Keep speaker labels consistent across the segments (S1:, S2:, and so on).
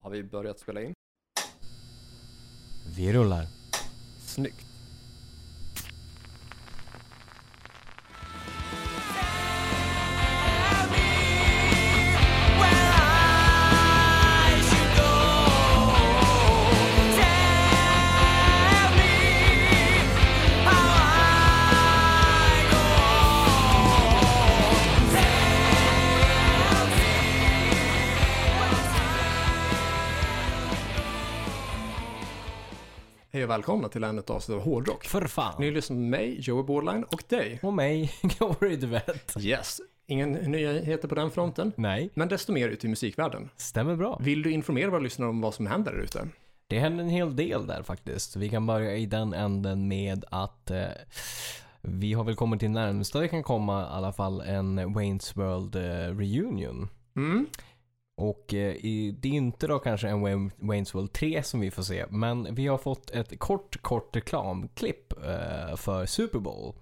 S1: Har vi börjat spela in?
S2: Vi rullar.
S1: Snyggt. Hej och välkomna till ännu ett avsnitt av Hårdrock.
S2: För fan.
S1: Ni lyssnar på mig, Joey Borderline, och dig.
S2: Och mig, Glory Duett.
S1: Yes. Ingen nyheter på den fronten.
S2: Nej,
S1: Men desto mer ut i musikvärlden.
S2: stämmer bra.
S1: Vill du informera våra lyssnare om vad som händer där ute?
S2: Det händer en hel del där faktiskt. Vi kan börja i den änden med att eh, vi har väl kommit till närmsta det kan komma i alla fall en Wayne's World eh, reunion.
S1: Mm.
S2: Och eh, i, det är inte då kanske en Wayne- Wayne's World 3 som vi får se. Men vi har fått ett kort, kort reklamklipp eh, för Super Bowl.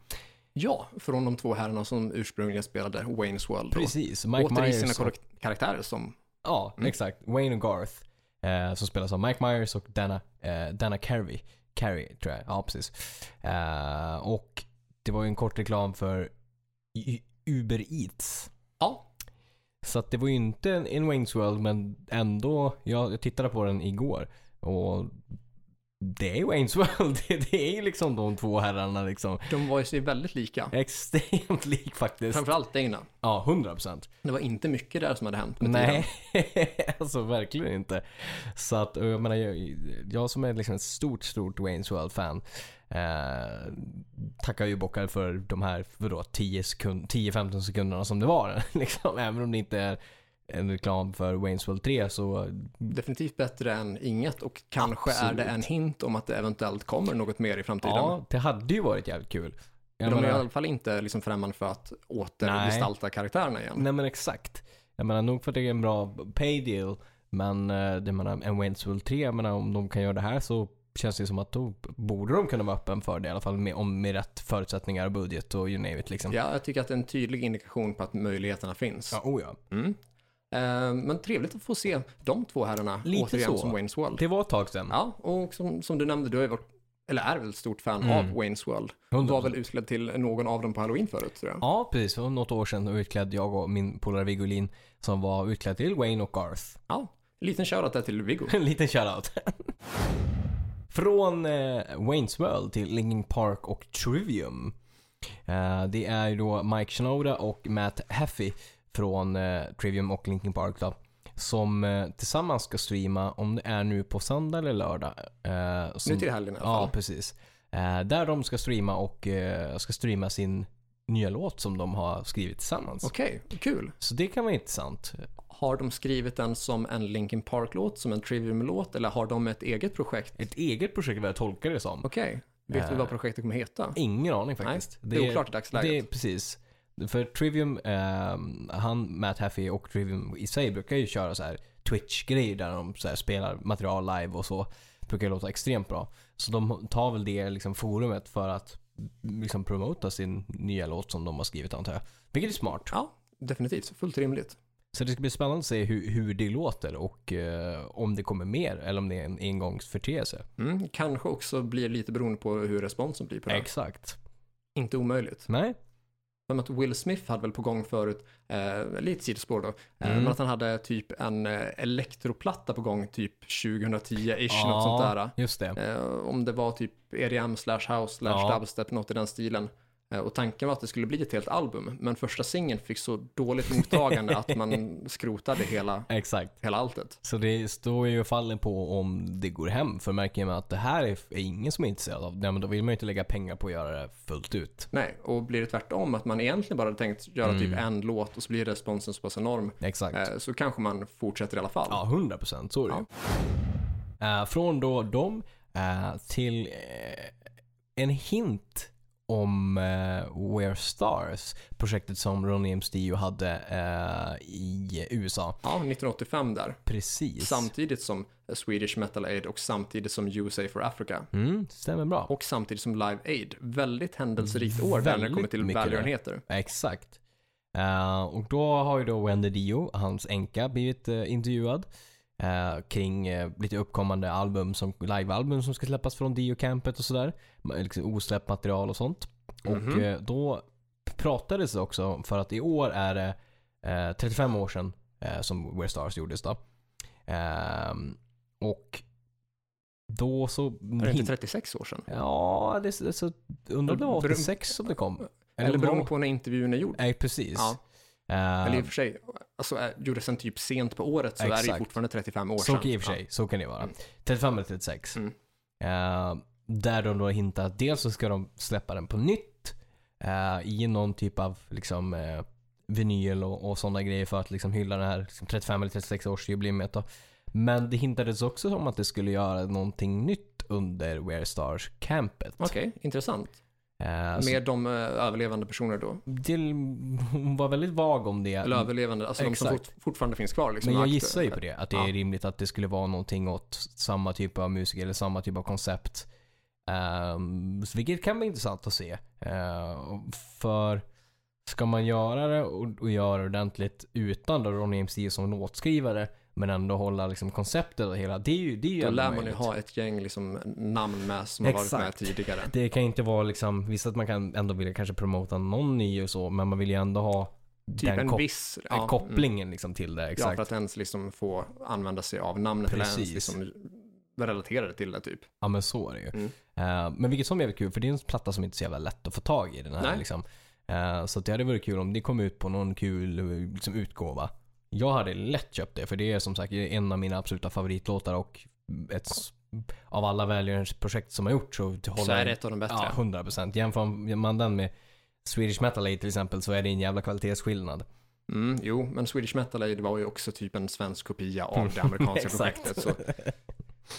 S1: Ja, från de två herrarna som ursprungligen spelade Wayne's World. då.
S2: Precis.
S1: Åter i sina
S2: och-
S1: korrekt- karaktärer som...
S2: Ja, exakt. Wayne och Garth. Eh, som spelas av Mike Myers och Dana, eh, Dana Carvey. Carvey tror jag. Ja, precis. Eh, och det var ju en kort reklam för U- Uber Eats.
S1: Ja.
S2: Så att det var ju inte en, en Wayne's World men ändå. Jag, jag tittade på den igår. Och det är Wayne's World. Det, det är ju liksom de två herrarna liksom.
S1: De var ju sig väldigt lika.
S2: Extremt lik faktiskt.
S1: Framförallt Dana.
S2: Ja, 100%.
S1: Det var inte mycket där som hade hänt med tiden.
S2: Nej, alltså verkligen inte. Så att, och jag menar, jag, jag som är liksom ett stort, stort Wayne's World-fan eh, tackar ju bockar för de här för då 10 sekund, 10-15 sekunderna som det var. Liksom. Även om det inte är en reklam för Wayne's World 3 så
S1: Definitivt bättre än inget och kanske är
S2: Absolut.
S1: det en hint om att det eventuellt kommer något mer i framtiden.
S2: ja, det hade ju varit jävligt kul. Jag
S1: de är i
S2: menar-
S1: alla fall inte liksom främmande för att återgestalta karaktärerna igen.
S2: Nej men exakt. Jag menar nog för att det är en bra pay deal. Men eh, jag menar, en Wayne's World 3, jag menar, om de kan göra det här så känns det som att då borde de kunna vara öppen för det i alla fall. Med, om med rätt förutsättningar och budget och you name it liksom.
S1: Ja, jag tycker att det är en tydlig indikation på att möjligheterna finns.
S2: Ja, oh ja.
S1: Mm. Eh, men trevligt att få se de två herrarna
S2: Lite
S1: återigen
S2: så.
S1: som Wayne's World.
S2: Det var ett tag sedan.
S1: Ja, och som, som du nämnde, du är, eller är väl ett stort fan
S2: Mm.
S1: av Wayne's World. Du
S2: 100%.
S1: var väl utklädd till någon av dem på Halloween förut, tror jag.
S2: Ja, precis. För något år sedan utklädd jag och min polare Vigolin som var utklädd till Wayne och Garth.
S1: Ja, en liten shoutout där till Viggo.
S2: En liten shoutout. Från eh, Wayne's World till Linkin Park och Trivium. Eh, det är ju då Mike Shinoda och Matt Heffy från eh, Trivium och Linkin Park då. Som eh, tillsammans ska streama, om det är nu på söndag eller lördag. Eh, som,
S1: Nu till helgen i alla fall.
S2: Ja, precis. Eh, där de ska streama och eh, ska streama sin nya låt som de har skrivit tillsammans.
S1: Okej, kul.
S2: Så det kan vara intressant.
S1: Har de skrivit den som en Linkin Park-låt, som en Trivium-låt, eller har de ett eget projekt?
S2: Ett eget projekt vad jag tolkar det som.
S1: Okej, vet vi vad projektet kommer heta?
S2: Ingen aning faktiskt.
S1: Nej, det är oklart i dagsläget.
S2: Det är precis. För Trivium, ehm, han, Matt Haffey och Trivium i sig brukar ju köra så här Twitch-grejer där de så här spelar material live och så. Brukar låta extremt bra. Så de tar väl det liksom forumet för att liksom promota sin nya låt som de har skrivit antar jag. Vilket är smart.
S1: Ja, definitivt. Fullt rimligt.
S2: Så det ska bli spännande att se hur, hur det låter och eh, om det kommer mer eller om det är en engångsförteelse.
S1: Mm, kanske också blir lite beroende på hur responsen blir på det. här.
S2: Exakt.
S1: Inte omöjligt.
S2: Nej?
S1: För att Will Smith hade väl på gång förut, eh, lite sidospår då, eh, men att han hade typ en eh, elektroplatta på gång typ 2010-ish, något sånt där.
S2: just det.
S1: Eh, om det var typ EDM slash house slash
S2: Ja.
S1: dubstep, något i den stilen. Eh, och tanken var att det skulle bli ett helt album, men första singeln fick så dåligt mottagande att man skrotade hela,
S2: Exakt.
S1: hela alltet.
S2: Så det står ju och faller på om det går hem. För märker man att det här är är ingen som är intresserad av, nej men då vill man ju inte lägga pengar på att göra det fullt ut.
S1: Nej, och blir det tvärtom, att man egentligen bara hade tänkt göra typ en låt och så blir responsen så pass enorm,
S2: Mm. Exakt.
S1: eh, så kanske man fortsätter i alla fall.
S2: Ja, 100 procent. Så är det ju. Eh, Från då dem eh, till eh, en hint om eh, We're Stars. Projektet som Ronny MSTU hade eh, i USA.
S1: Ja, 1985 där.
S2: Precis.
S1: Samtidigt som eh, Swedish Metal Aid och samtidigt som USA for Africa.
S2: mm, stämmer bra.
S1: Och samtidigt som Live Aid. Väldigt händelserikt år där när det kommer
S2: Mm, Väldigt
S1: till
S2: mycket Mm. där.
S1: välgörenheter.
S2: Exakt. Eh, och då har ju då Wendy Dio, hans änka, blivit eh, intervjuad. eh, kring eh, lite uppkommande album som livealbum som ska släppas från Dio-campet och sådär. Ma- Liksom osläppt material och sånt. Och
S1: Mhm.
S2: eh, då pratades det också för att i år är det eh, 35 år sedan eh, som Where Stars gjordes då. Ehm, och då så...
S1: Är det inte 36 år sedan?
S2: Ja, det är, det är så, undrar om det var
S1: Beror-
S2: 86 som det kom.
S1: Eller beroende
S2: om-
S1: på när intervjun är gjord.
S2: Nej, precis.
S1: Ja.
S2: Ehm,
S1: Eller i och för sig, alltså, är- gjordes den typ sent på året så är det ju
S2: Exakt.
S1: fortfarande 35 år
S2: så,
S1: sedan.
S2: kan- i och för sig, så kan det vara. 35 eller 36.
S1: Mm.
S2: Eh, där de då hintar att dels så ska de släppa den på nytt eh, i någon typ av liksom, eh, vinyl och, och sådana grejer för att liksom, hylla det här liksom, 35 eller 36 års jubileumet. Då. Men det hintades också om att det skulle göra någonting nytt under Where Stars-campet.
S1: Ja. Okej, intressant.
S2: Eh, så
S1: Med de eh, överlevande personer då?
S2: det, hon var väldigt vag om det.
S1: Eller överlevande, alltså de som
S2: Äh, Exakt.
S1: fort, fortfarande finns kvar liksom.
S2: Men jag
S1: aktiva.
S2: gissar ju på det. Att det är
S1: Ja.
S2: rimligt att det skulle vara någonting åt samma typ av musik eller samma typ av koncept. Um, vilket kan vara intressant att se. Eh, för ska man göra det och, och göra det ordentligt utan då Ronny MC som låtskrivare men ändå hålla liksom konceptet och hela. Det är ju, det är ju
S1: Då
S2: ändå
S1: lär man ju
S2: möjligt.
S1: ha ett gäng liksom, namn med som har varit
S2: Exakt.
S1: med tidigare.
S2: Det kan inte vara liksom, visst att man kan ändå vilja kanske promota någon ny och så men man vill ju ändå ha
S1: Typ
S2: den
S1: en
S2: kop-
S1: viss
S2: eh,
S1: ja, mm.
S2: kopplingen liksom till det.
S1: Ja,
S2: Exakt.
S1: för att ens liksom få använda sig av namnet eller
S2: Precis.
S1: ens liksom relatera det till det typ.
S2: Ja men så är det ju.
S1: Mm.
S2: Eh, men vilket som är jävligt kul för det är en platta som inte är så jävla lätt att få tag i. Den här,
S1: Nej.
S2: Liksom. Eh, så att det hade varit kul om det kom ut på någon kul eh, liksom, utgåva. Jag hade lätt köpt det för det är som sagt en av mina absoluta favoritlåtar och ett, s- av alla välgörenhetsprojekt projekt som har gjorts så håller
S1: Så är det ett av de bättre.
S2: Ja, 100%. Jämför man den med Swedish Metal Aid till exempel så är det en jävla kvalitetsskillnad.
S1: Mm, jo, men Swedish Metal Aid var ju också typ en svensk kopia av det amerikanska
S2: Exakt.
S1: projektet. Så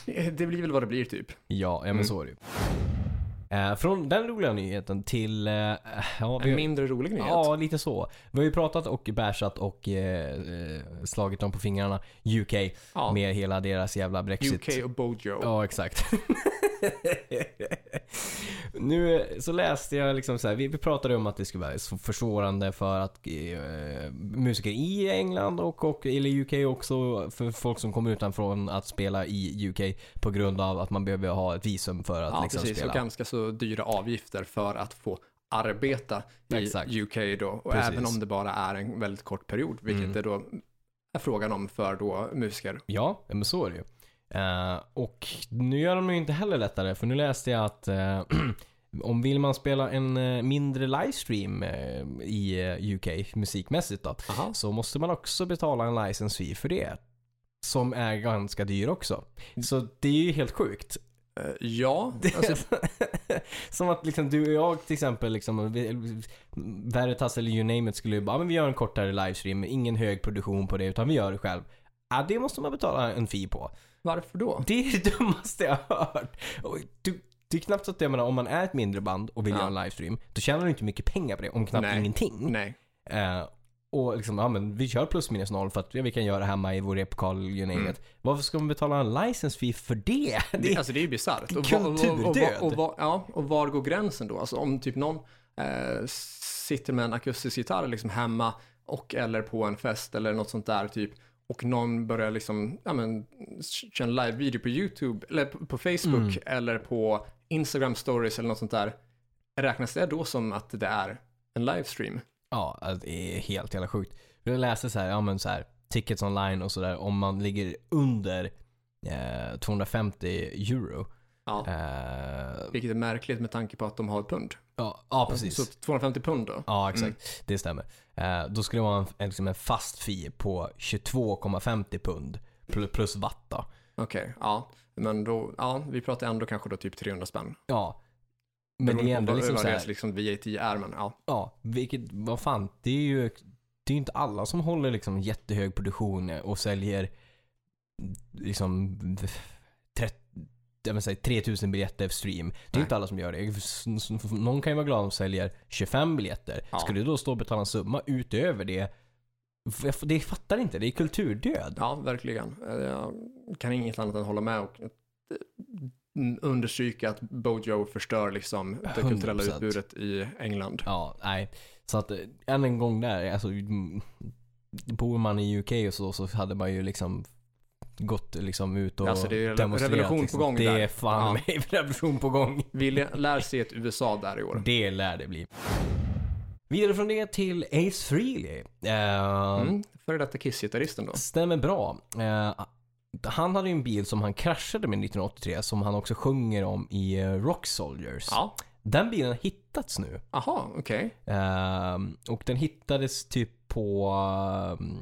S1: det det blir väl vad det blir typ.
S2: Ja, ja men
S1: Mm.
S2: så är det ju. Eh, Från den roliga nyheten till... eh, ja,
S1: En
S2: vi-
S1: mindre rolig nyhet.
S2: Ja, lite så. Vi har ju pratat och bashat och eh, eh, slagit dem på fingrarna. UK
S1: Ja,
S2: med hela deras jävla Brexit.
S1: UK och Bojo.
S2: Ja, exakt. nu eh, så läste jag liksom så här, vi, vi pratade om att det skulle vara så försvårande för att eh, musiker i England och, och eller UK också, för folk som kommer utanför att spela i UK på grund av att man behöver ha ett visum för att
S1: Ja,
S2: liksom
S1: precis.
S2: spela.
S1: Och ganska så dyra avgifter för att få arbeta i
S2: Exakt.
S1: UK då. Och
S2: Precis.
S1: även om det bara är en väldigt kort period, vilket
S2: Mm.
S1: det då är frågan om för då musiker.
S2: Ja, men så är det ju. Eh, och nu gör de ju inte heller lättare, för nu läste jag att eh, om vill man spela en eh, mindre livestream eh, i eh, UK musikmässigt då,
S1: Aha.
S2: så måste man också betala en license fee för det. Som är ganska dyr också. Så det är ju helt sjukt.
S1: Eh, Ja,
S2: Det är
S1: alltså,
S2: som att liksom du och jag till exempel, liksom, vi- Veritas eller you name it skulle ju bara, "Ja, men vi gör en kortare livestream, ingen hög produktion på det utan vi gör det själv. Ja, det måste man betala en fee på.
S1: varför då?
S2: Det är det dummaste jag har hört. Och du, det är knappt så att jag menar, om man är ett mindre band och vill
S1: Ja.
S2: göra en livestream, då tjänar du inte mycket pengar på det, om knappt
S1: Nej.
S2: ingenting.
S1: Nej,
S2: Eh, och liksom, ja men vi kör plus minus noll för att ja, vi kan göra det hemma i vår replokal, you name it. Varför ska man betala en license fee för det? det
S1: Mm. det, alltså det är ju bisarrt. Och, var- och, och,
S2: kulturdöd.
S1: och, och, var- ja, och var går gränsen då? Alltså om typ någon eh, sitter med en akustisk gitarr liksom hemma och eller på en fest eller något sånt där typ och någon börjar liksom, ja men, köra en live-video på YouTube eller på på
S2: Mm.
S1: Facebook eller på Instagram stories eller något sånt där. Räknas det då som att det är en livestream?
S2: Ja, alltså, det är helt jävla sjukt. Jag läste så här, ja men så här, tickets online och sådär, om man ligger under eh, 250 euro.
S1: Ja.
S2: Eh,
S1: Vilket är märkligt med tanke på att de har ett pund.
S2: ja, ja, precis.
S1: Så 250 pund då?
S2: Ja, exakt. Det stämmer. Eh, då skulle det vara en, en, liksom en fast fee på 22,50 pund pl- plus watt då.
S1: Okej, ja. Men då, ja, vi pratar ändå kanske då typ 300 spänn.
S2: Ja. Men det är ändå liksom så här,
S1: liksom VAT är, men ja.
S2: ja, vilket, vad fan, det är ju det är ju inte alla som håller liksom jättehög produktion och säljer liksom 30, jag vill säga, 3000 biljetter stream. Det är
S1: Nej.
S2: inte alla som gör det. S- s- Någon kan ju vara glad om de säljer 25 biljetter.
S1: Ja.
S2: Skulle du då stå och betala en summa utöver det? F- jag f- Det fattar inte, det är kulturdöd.
S1: Ja, verkligen. Eh, Jag kan inget annat än hålla med och eh, mm, understryka att Bojo förstör liksom det kulturella
S2: 100%.
S1: utbudet i England.
S2: Ja, nej. Så att eh, än en gång där, alltså, mm, bor man i UK och så, så hade man ju liksom gått liksom ut och
S1: Alltså, det är
S2: demonstrerat.
S1: revolution på
S2: liksom.
S1: gång
S2: Det
S1: där.
S2: är fan
S1: Ja.
S2: mig revolution på gång.
S1: Vi le- lär se ett USA där i år.
S2: Det lär det bli. Vidare från det till Ace Frehley. Eh,
S1: Mm, före detta Kiss-gitarristen då.
S2: Stämmer bra. Eh, han hade ju en bil som han kraschade med 1983 som han också sjunger om i eh, Rock Soldiers.
S1: Ja,
S2: Den bilen har hittats nu.
S1: aha, okej.
S2: Ehm, och den hittades typ på, ehm,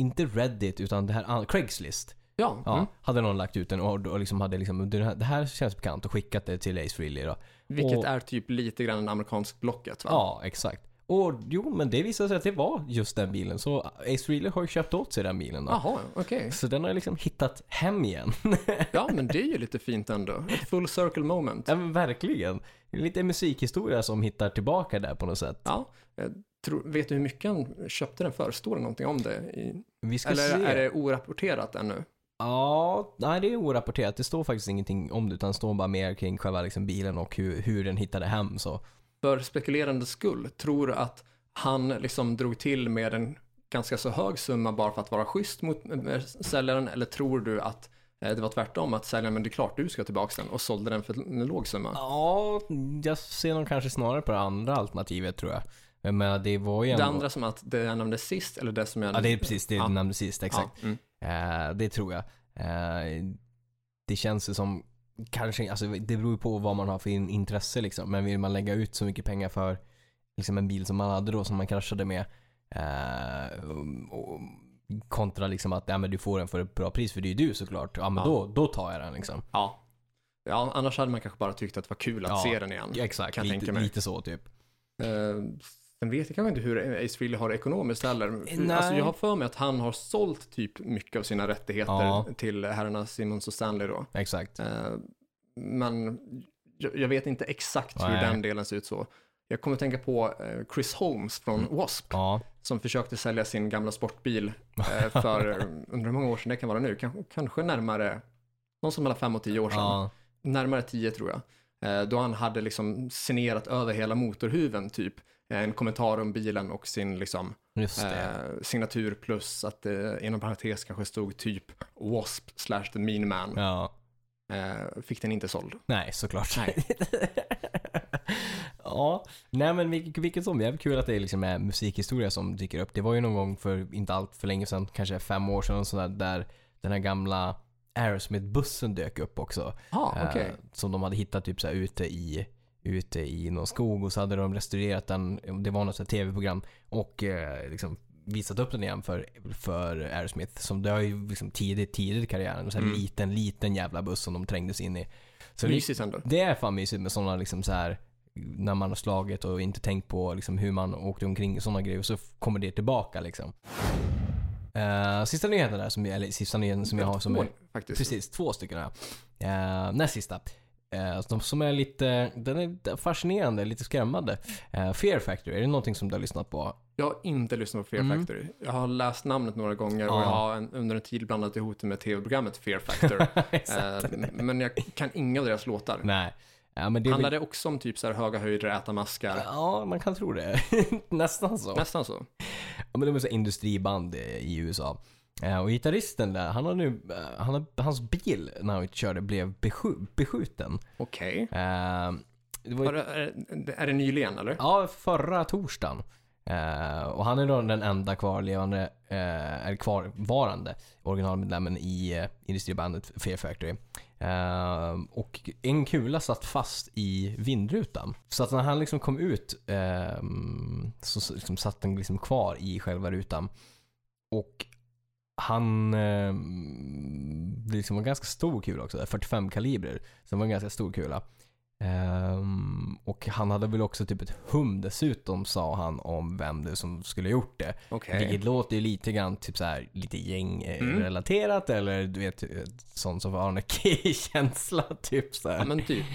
S2: inte Reddit utan det här an- Craigslist.
S1: Ja,
S2: Ja,
S1: mm.
S2: Hade någon lagt ut den och, och liksom hade liksom, "Du, det här- det här känns bekant och skickat det till Ace Frehley då.
S1: vilket
S2: Och-
S1: är typ lite grann amerikansk blocket va?
S2: Ja, exakt. Och jo, men det visade sig att det var just den bilen. Så Ace Frehley har ju köpt åt sig den bilen då.
S1: Jaha, okej.
S2: Så den har liksom hittat hem igen.
S1: Ja, men det är ju lite fint ändå. Ett full circle moment.
S2: ja, men verkligen. Det är Lite musikhistoria som hittar tillbaka där på något sätt.
S1: Ja, jag tror, vet du hur mycket han köpte den för? Står det någonting om det? I,
S2: Vi ska
S1: eller
S2: se.
S1: är det orapporterat ännu?
S2: Ja, nej det är orapporterat. Det står faktiskt ingenting om det utan det står bara mer kring själva liksom, bilen och hur, hur den hittade hem. Så.
S1: För spekulerandes skull, tror att han liksom drog till med en ganska så hög summa bara för att vara schysst mot eh, säljaren? Eller tror du att eh, det var tvärtom, att säljaren, men det är klart du ska tillbaka den och sålde den för en låg summa?
S2: Ja, jag ser nog kanske snarare på det andra alternativet tror jag. Men det var ju
S1: Det
S2: ändå-
S1: andra som att det jag nämnde sist, eller det som jag...
S2: Ja, det är precis det du
S1: Ja.
S2: nämnde sist.
S1: Ja,
S2: Exakt.
S1: mm.
S2: Eh, det tror jag. Eh, det känns ju som, kanske, alltså, det beror ju på vad man har för in- intresse liksom. Men vill man lägga ut så mycket pengar för liksom, en bil som man hade då, som man kraschade med. eh, och, och, kontra liksom att ja, men du får den för ett bra pris, för det är ju du såklart. Ja, men
S1: Ja.
S2: Då, då tar jag den liksom.
S1: Ja. ja, annars hade man kanske bara tyckt att det var kul att
S2: Ja,
S1: se den igen.
S2: Exakt,
S1: Kan jag
S2: lite,
S1: tänka mig.
S2: lite så typ.
S1: Eh, Sen vet jag kanske inte hur Ace Frehley har det ekonomiskt heller.
S2: Nej.
S1: Alltså jag har för mig att han har sålt typ mycket av sina rättigheter
S2: Ja.
S1: till herrarna Simmons och Stanley då.
S2: Exakt.
S1: Eh, Men jag jag vet inte exakt hur
S2: Nej.
S1: den delen ser ut så. Jag kommer att tänka på eh, Chris Holmes från W.A.S.P.
S2: Mm. Ja,
S1: som försökte sälja sin gamla sportbil eh, för, eh, undrar hur många år sedan det kan vara nu, kanske, kanske närmare, någonstans mellan fem och tio år sedan
S2: ja,
S1: närmare 10 tror jag, eh, då han hade liksom signerat över hela motorhuven typ. Eh, En kommentar om bilen och sin liksom,
S2: just det.
S1: eh, signatur plus att det inom parentes kanske stod typ W.A.S.P. slash The Mean Man.
S2: Ja.
S1: Eh, fick den inte såld.
S2: Nej, såklart.
S1: Nej.
S2: ja, nej men vilket, vilket som. Jävligt kul att det liksom är musikhistoria som dyker upp. Det var ju någon gång för inte allt för länge sedan, kanske fem år sedan och sådär, där den här gamla Aerosmith-bussen dök upp också.
S1: Ja, ah,
S2: Eh,
S1: okej.
S2: som de hade hittat typ såhär ute i ute i någon skog och så hade de restaurerat den, det var något såhär tv-program och eh, liksom visat upp den igen för, för Aerosmith som dör ju liksom tidigt, tidigt i karriären. Så här
S1: Mm.
S2: liten, liten jävla buss som de trängdes in i. Så det,
S1: Mysigt ändå.
S2: det är fan mysigt med sådana liksom så här när man har slagit och inte tänkt på liksom hur man åkte omkring och sådana grejer så f- kommer det tillbaka liksom. Eh, sista nyheten där, som, jag- eller sista nyheten som jag har som är,
S1: Två, faktiskt.
S2: Precis, två stycken här. Eh, näst sista. Eh, de som är lite, den är fascinerande, lite skrämmande. Eh, Fear Factory, är det någonting som du har lyssnat på?
S1: Jag har inte lyssnat på Fear
S2: Mm.
S1: Factory. Jag har läst namnet några gånger och
S2: Ja.
S1: jag har en, under en tid blandat ihop det med tv-programmet Fear Factor. eh, men jag kan inga av deras låtar.
S2: Nej. Ja, men det är väl,
S1: Handlar det också om typ så här höga höjder, äta maskar?
S2: ja, man kan tro det. Nästan så.
S1: Nästan så.
S2: Ja, men de är så här industriband eh, i USA. Eh, och gitarristen där, han har nu, eh, han har, hans bil när han körde blev beskju- beskjuten.
S1: Okej.
S2: Eh, det var ju
S1: Har det- Är, är det nyligen eller?
S2: Ja, förra torsdagen. Eh, och han är då den enda kvarlevande, eh, eller kvarvarande originalmedlemmen i eh, industribandet Fear Factory. Eh, och en kula satt fast i vindrutan. Så att när han liksom kom ut eh, så s- liksom satt den liksom kvar i själva rutan. Och han eh, det liksom var en ganska stor kula också, 45 kalibrer. Så det var en ganska stor kula. Ehm, och han hade väl också typ ett hum dessutom sa han om vem det som skulle ha gjort det.
S1: Okej.
S2: Vilket låter ju lite grann typ så här, lite
S1: Mm.
S2: gängrelaterat eller du vet sånt som var anarki-känsla typ så här.
S1: Ja, men typ.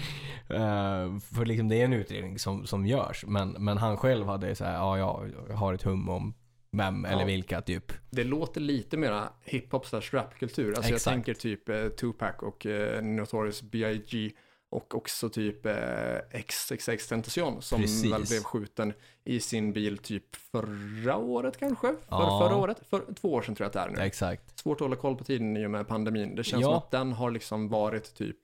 S2: Eh, för liksom det är en utredning som, som görs men, men han själv hade så här, ja jag har ett hum om vem eller
S1: Ja.
S2: vilka typ.
S1: Det låter lite mera hiphop slash rapkultur. Alltså
S2: Exakt.
S1: jag tänker typ eh, Tupac och eh, Notorious B.I.G. och också typ eh, XXX Tentacion som
S2: Precis.
S1: väl blev skjuten i sin bil typ förra året kanske? För,
S2: Ja.
S1: Förra året? För två år sedan tror jag att det är nu.
S2: Exakt.
S1: Svårt att hålla koll på tiden i och med pandemin. Det känns
S2: Ja.
S1: som att den har liksom varit typ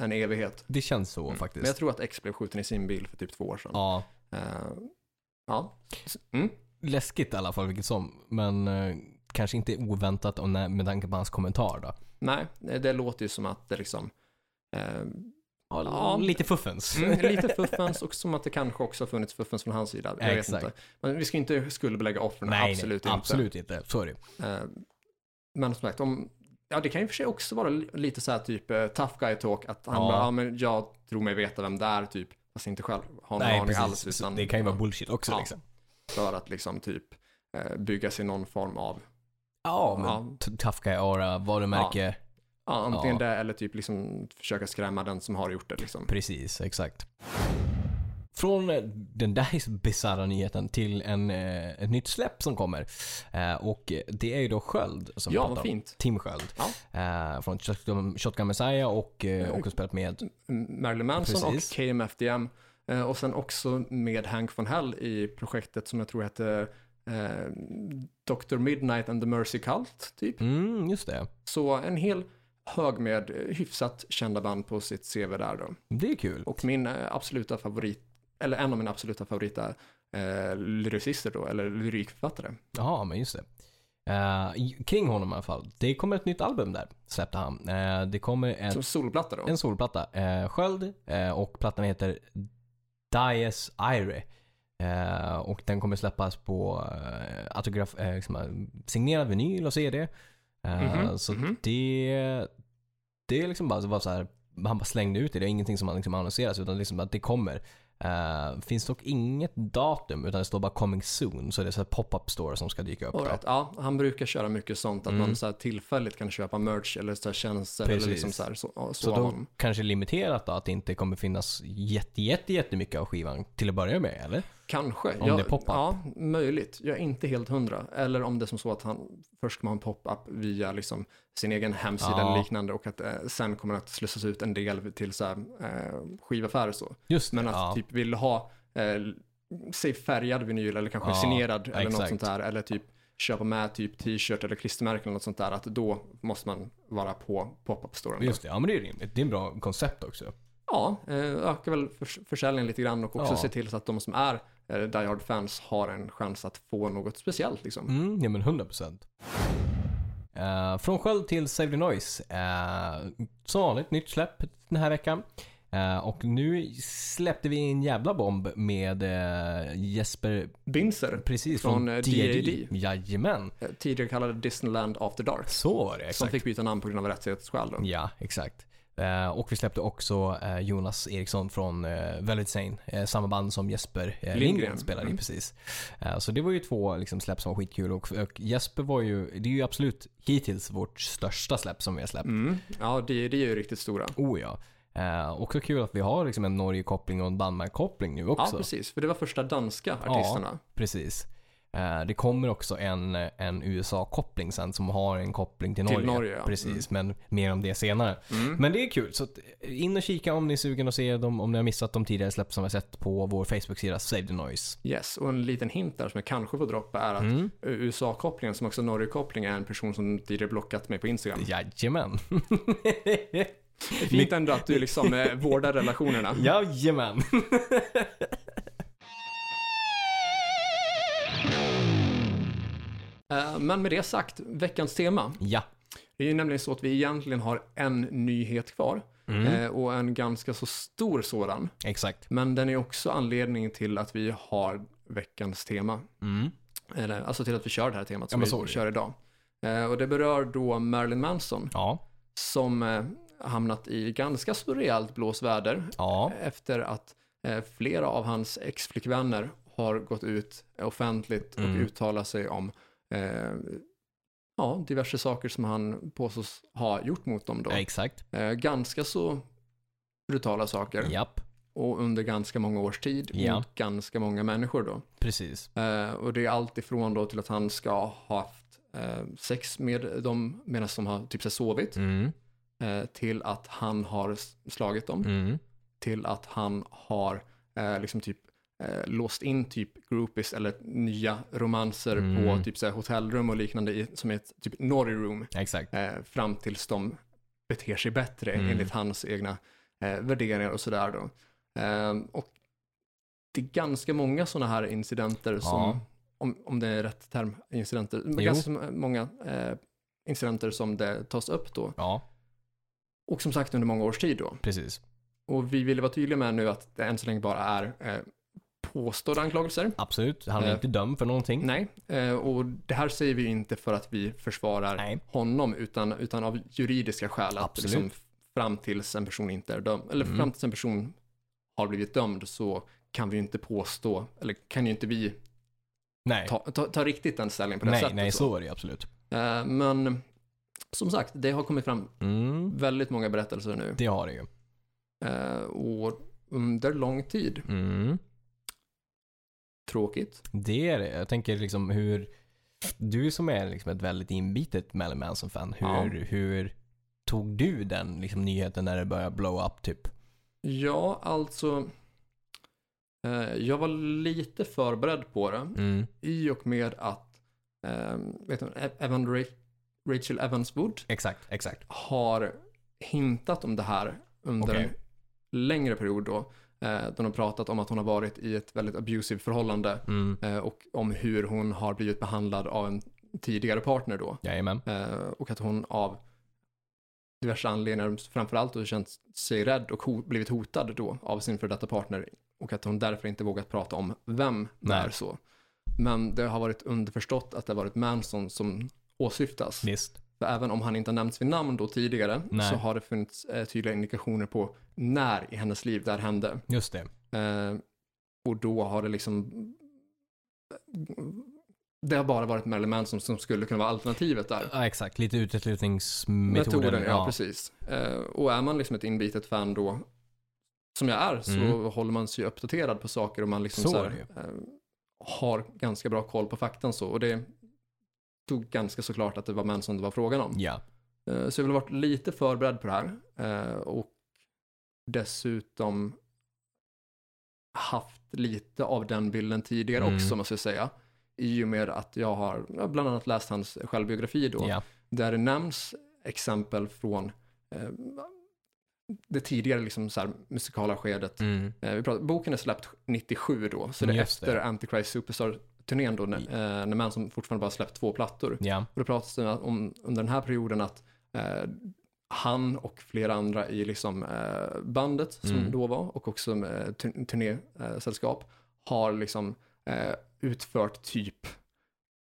S1: en evighet.
S2: Det känns så
S1: Mm. Men jag
S2: faktiskt.
S1: tror att X blev skjuten i sin bil för typ två år sedan.
S2: Ja.
S1: Eh, ja. S- Mm.
S2: Läskigt i alla fall vilket som. Men eh, kanske inte oväntat och när, med tanke på hans kommentar då.
S1: Nej, det låter ju som att det liksom eh,
S2: Ja, lite fuffens.
S1: Mm, lite fuffens och som att det kanske också har funnits fuffens från hans sida. Jag vet
S2: Exakt.
S1: inte. Men vi ska inte skuldbelägga offren,
S2: nej,
S1: absolut
S2: nej,
S1: inte.
S2: absolut inte. Sorry.
S1: Eh, Men som sagt, om, ja, det kan ju för sig också vara li- lite så här typ eh, tough guy talk, att han
S2: Ja.
S1: bara, ja men jag tror mig veta vem det är typ, fast inte själv har någon
S2: Nej,
S1: aning alls,
S2: precis.
S1: utan
S2: det kan ju vara bullshit också
S1: Ja.
S2: liksom.
S1: för att liksom typ eh, bygga sig någon form av,
S2: Ja, men
S1: Ja.
S2: t- tough guy aura, varumärke.
S1: ja, antingen
S2: Ja.
S1: det eller typ liksom försöka skrämma den som har gjort det liksom.
S2: Precis, exakt. Från eh, den där bisarra nyheten till en, eh, ett nytt släpp som kommer. Eh, och eh, det är ju då Sköld som vi
S1: Ja,
S2: pratar
S1: vad
S2: om.
S1: fint.
S2: Tim Sköld.
S1: Ja.
S2: Eh, från Shotgun, Shotgun Messiah och eh,
S1: Mm.
S2: också spelat med.
S1: Marilyn Manson
S2: Precis.
S1: och KMFDM. Eh, och sen också med Hank von Hell i projektet som jag tror hette eh, Dr. Midnight and the Mercy Cult, typ.
S2: Mm, just det.
S1: Så en hel hög med eh, hyfsat kända band på sitt CV där då.
S2: Det är kul.
S1: Och min eh, absoluta favorit, eller en av mina absoluta favoriter, eh, lyricister då, eller lyrikförfattare.
S2: Ja, men just det. Eh, i- kring honom i alla fall. Det kommer ett nytt album där, släppte han. Eh, det kommer ett,
S1: Som solplatta då.
S2: en solplatta. Eh, Sköld eh, och plattan heter Dies Ire. Eh, och den kommer släppas på eh, autograf, eh, liksom, eh, signerad vinyl och CD. Eh,
S1: Mhm,
S2: Så
S1: mhm.
S2: det, det är liksom bara, bara så här, han bara slängde ut det. Det är ingenting som han liksom annonseras utan liksom att det kommer. Eh, finns dock inget datum utan det står bara coming soon. Så det är så här pop-up store som ska dyka upp.
S1: All
S2: då.
S1: right. Ja, han brukar köra mycket sånt, att
S2: Mm.
S1: man så här tillfälligt kan köpa merch eller så här tjänster
S2: Precis.
S1: eller liksom så här, så, så,
S2: Så
S1: av
S2: då
S1: honom.
S2: kanske limiterat då att det inte kommer finnas jätte, jätte, jättemycket av skivan till att börja med eller?
S1: Kanske.
S2: Om det är pop-up.
S1: Ja, möjligt. Jag är inte helt hundra. Eller om det är som så att han först kommer ha en pop-up via liksom sin egen hemsida
S2: Ja.
S1: eller liknande och att eh, sen kommer det att slussas ut en del till så här, eh, skivaffärer och så.
S2: Just det,
S1: Men att
S2: ja.
S1: typ vill ha, eh, säg färgad vinyl eller kanske
S2: Ja,
S1: signerad eller något
S2: exakt.
S1: sånt där. Eller typ köpa med typ t-shirt eller klistermärken eller något sånt där. Att då måste man vara på pop-up-storen.
S2: Just det, ja men det är rimligt. Det är en bra koncept också.
S1: Ja, eh, ökar väl förs- försäljningen lite grann och också
S2: Ja.
S1: se till så att de som är eh, Die Hard-fans har en chans att få något speciellt. Liksom.
S2: Mm, ja men 100 procent. Eh, från Sköld till Save the Noise. Eh, som vanligt, nytt släpp den här veckan. Eh, och nu släppte vi en jävla bomb med eh, Jesper
S1: Binzer,
S2: precis
S1: Från,
S2: från,
S1: eh,
S2: DAD.
S1: DAD.
S2: Jajamän,
S1: eh, tidigare kallade Disneyland After Dark,
S2: så var det
S1: som
S2: exakt.
S1: fick byta namn på grund av rättighetsskäl. Då.
S2: Ja, exakt. Eh, och vi släppte också eh, Jonas Eriksson från eh, Velvet Sane, eh, samma band som Jesper eh, Lindgren
S1: Lindgren,
S2: spelar i
S1: mm.
S2: precis. Eh, så det var ju två liksom, släpp som var skitkul och, och Jesper var ju, det är ju absolut hittills vårt största släpp som vi har släppt.
S1: Mm. Ja, det, det är ju riktigt stora.
S2: Oh ja. Eh, också kul att vi har liksom, en Norge-koppling och en Danmark-koppling nu
S1: Ja,
S2: också.
S1: precis. För det var första danska artisterna.
S2: precis. Eh, det kommer också en, en USA-koppling sen som har en koppling till
S1: Till
S2: Norge.
S1: Norge, ja. Mm.
S2: Precis, men mer om det senare. Men det är kul. Så att, eh, in och kika om ni är sugen och se dem, om ni har missat de tidigare släpp som vi har sett på vår Facebook-sida Save the Noise.
S1: Yes, och en liten hint där som jag kanske får droppa är att
S2: Mm.
S1: eh, USA-kopplingen, som också Norge-kopplingen, är en person som tidigare blockat mig på Instagram.
S2: Jajamän.
S1: Fint ändå att du liksom eh, vårdar relationerna.
S2: Jajamän.
S1: Eh, Men med det sagt, veckans tema.
S2: ja.
S1: Det är ju nämligen så att vi egentligen har en nyhet kvar
S2: Mm.
S1: eh, och en ganska så stor sådan.
S2: Exakt.
S1: Men den är också anledningen till att vi har veckans tema.
S2: Mm.
S1: Eller, alltså till att vi kör det här temat
S2: Ja,
S1: som
S2: men så är
S1: vi
S2: det.
S1: kör idag. Eh, och det berör då Marilyn Manson
S2: Ja.
S1: som eh, hamnat i ganska så rejält blåsväder
S2: Ja.
S1: efter att eh, flera av hans ex-flickvänner har gått ut offentligt och
S2: Mm.
S1: uttalat sig om eh, ja, diverse saker som han påstås ha gjort mot dem. Då.
S2: Exakt.
S1: Eh, ganska så brutala saker
S2: Japp.
S1: och under ganska många års tid
S2: Ja.
S1: mot ganska många människor. Då.
S2: Precis.
S1: Eh, och det är allt ifrån då till att han ska ha haft eh, sex med dem medan de har typ så här sovit
S2: Mm.
S1: eh, till att han har s- slagit dem
S2: Mm.
S1: till att han har eh, liksom typ eh, låst in typ groupies eller nya romanser
S2: Mm.
S1: på typ så här, hotellrum och liknande i, som är ett typ naughty room
S2: Exakt.
S1: eh, fram tills de beter sig bättre
S2: Mm.
S1: enligt hans egna eh, värderingar och sådär då. Eh, och det är ganska många sådana här incidenter som, om, om det är rätt term, incidenter, men
S2: Jo.
S1: ganska många eh, incidenter som det tas upp då.
S2: Ja,
S1: Och som sagt under många års tid då.
S2: precis.
S1: Och vi vill vara tydliga med nu att det än så länge bara är eh, påstådda anklagelser.
S2: Absolut. Han är
S1: Eh,
S2: inte dömd för någonting.
S1: Nej, eh, och det här säger vi ju inte för att vi försvarar
S2: Nej.
S1: honom utan, utan av juridiska skäl. Att
S2: Absolut.
S1: liksom fram tills en person inte är dömd, eller
S2: Mm.
S1: fram tills en person har blivit dömd så kan vi ju inte påstå, eller kan ju inte vi
S2: Nej,
S1: ta, ta, ta riktigt den ställningen på det
S2: nej,
S1: sättet.
S2: nej så är det ju absolut.
S1: Eh, Men som sagt, det har kommit fram
S2: Mm.
S1: väldigt många berättelser nu
S2: Det har det ju.
S1: eh, och under lång tid.
S2: Mm.
S1: Tråkigt.
S2: Det är det. Jag tänker liksom hur, du som är liksom ett väldigt inbitet Melly Manson-fan, hur,
S1: Ja.
S2: hur tog du den liksom, nyheten när det började blow up typ?
S1: Ja, alltså. Eh, jag var lite förberedd på det
S2: Mm.
S1: i och med att eh, vet du, E- Evan Ra- Rachel Evanswood
S2: Exakt, exakt.
S1: har hintat om det här under
S2: Okej.
S1: en längre period då. Eh, då hon har pratat om att hon har varit i ett väldigt abusive förhållande
S2: Mm.
S1: eh, och om hur hon har blivit behandlad av en tidigare partner då.
S2: Jajamän.
S1: Eh, och att hon av diverse anledningar, framförallt har känt sig rädd och ho- blivit hotad då av sin före detta partner. Och att hon därför inte vågat prata om vem det
S2: Nej.
S1: är så. Men det har varit underförstått att det har varit Manson som åsyftas.
S2: Visst.
S1: För även om han inte har nämnts vid namn då tidigare
S2: Nej.
S1: så har det funnits eh, tydliga indikationer på när i hennes liv det här hände.
S2: Just det.
S1: Eh, och då har det liksom... eh, Det har bara varit Marilyn Manson som skulle kunna vara alternativet där.
S2: Ja, exakt. Lite uteslutningsmetoden.
S1: Metoden, ja, precis. Eh, och är man liksom ett inbitet fan då, som jag är, så
S2: Mm.
S1: håller man sig uppdaterad på saker och man liksom
S2: Så
S1: så
S2: är det ju.
S1: här, eh, har ganska bra koll på faktan så. Och det tog ganska såklart att det var män som det var frågan om.
S2: Ja.
S1: Eh, så jag har väl varit lite förberedd på det här. eh, och dessutom haft lite av den bilden tidigare
S2: Mm.
S1: också, måste jag säga. I och med att jag har ja, bland annat läst hans självbiografi då
S2: ja.
S1: där det nämns exempel från eh, det tidigare liksom så här, musikala skedet.
S2: Mm.
S1: Eh, vi pratar, boken är släppt 97 då, så det är
S2: Just det.
S1: efter Antichrist Superstar-turnén då, när, eh, när Manson fortfarande bara släppt två plattor.
S2: Ja.
S1: Och då pratas det om under den här perioden att eh, han och flera andra i liksom, eh, bandet som
S2: Mm.
S1: då var och också eh, tur- turnésällskap har liksom eh, utfört typ,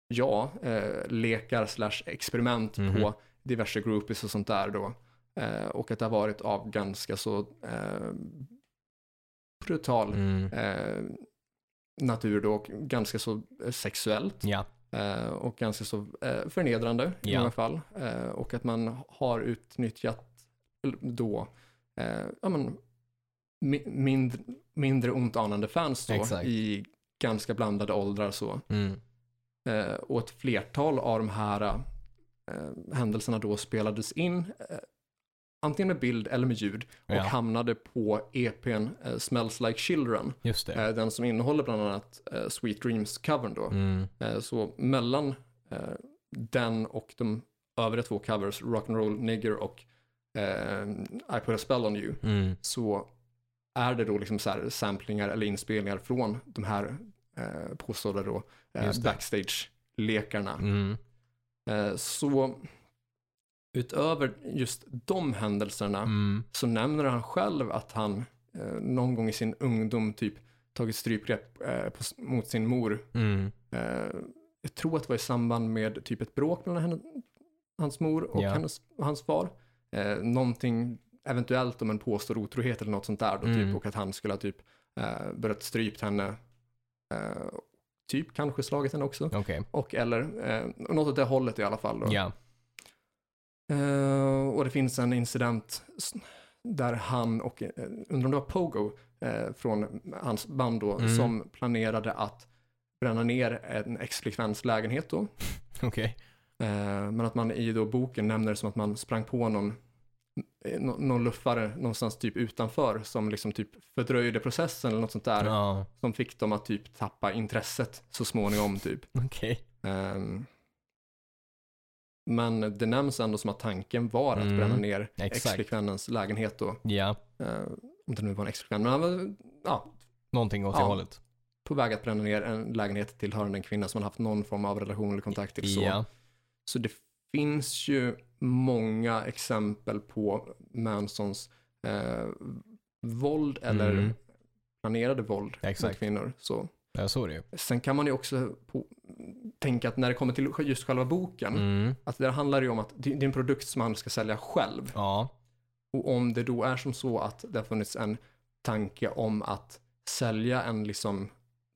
S1: ja, eh, lekar slash experiment
S2: Mhm.
S1: på diverse groupies och sånt där då. Eh, och att det har varit av ganska så eh, brutal
S2: Mm.
S1: eh, natur då och ganska så eh, sexuellt.
S2: Ja.
S1: Eh, och ganska så eh, förnedrande i
S2: Ja.
S1: många fall. Eh, och att man har utnyttjat då eh, ja, men, mi- mindre, mindre ont anande fans då,
S2: Exakt.
S1: i ganska blandade åldrar. Så.
S2: Mm.
S1: Eh, och ett flertal av de här eh, händelserna då spelades in eh, antingen med bild eller med ljud och
S2: Ja.
S1: hamnade på EPn eh, Smells Like Children.
S2: Just det.
S1: Eh, den som innehåller bland annat eh, Sweet Dreams-covern då.
S2: Mm.
S1: Eh, Så mellan eh, den och de övriga två covers, Rock'n'Roll Nigger och eh, I Put A Spell On You,
S2: Mm.
S1: så är det då liksom så här samplingar eller inspelningar från de här eh, påstådda då eh,
S2: Just det.
S1: backstage-lekarna.
S2: Mm.
S1: Eh, så utöver just de händelserna
S2: Mm.
S1: så nämner han själv att han eh, någon gång i sin ungdom typ tagit strypgrepp eh, på, mot sin mor
S2: Mm.
S1: Eh, jag tror att det var i samband med typ ett bråk mellan henne, hans mor och
S2: Ja.
S1: hennes, och hans far. Eh, någonting eventuellt om en påstådd otrohet eller något sånt där då,
S2: Mm.
S1: typ, och att han skulle ha typ eh, börjat strypt henne. Eh, typ kanske slagit henne också.
S2: Okej.
S1: Och eller eh, något åt det hållet i alla fall. Då.
S2: Ja.
S1: Eh, och det finns en incident s- där han och, eh, undrar om det var Pogo eh, från hans band då,
S2: Mm.
S1: som planerade att bränna ner en ex-flickväns lägenhet då.
S2: Okej.
S1: Eh, men att man i då boken nämner det som att man sprang på någon eh, nå- någon luffare någonstans typ utanför som liksom typ fördröjde processen eller något sånt där.
S2: Ja,
S1: Som fick dem att typ tappa intresset så småningom typ.
S2: okej.
S1: Ehm, men det nämns ändå som att tanken var att
S2: Mm,
S1: bränna ner
S2: exakt.
S1: ex-flickvännens lägenhet då.
S2: Ja,
S1: Eh, om det nu var en ex-flickvän. Men han var ja,
S2: någonting åt det
S1: Ja,
S2: hållet.
S1: på väg att bränna ner en lägenhet tillhörande en kvinna som han haft någon form av relation eller kontakt till. Så,
S2: Ja,
S1: så det finns ju många exempel på Mansons eh, våld eller
S2: Mm.
S1: planerade våld mot
S2: Exakt.
S1: kvinnor. Så.
S2: jag såg det ju.
S1: Sen kan man ju också på, tänka att när det kommer till just själva boken
S2: Mm.
S1: Att det handlar ju om att det det är en produkt som han ska sälja själv.
S2: Ja,
S1: Och om det då är som så att det har funnits en tanke om att sälja en liksom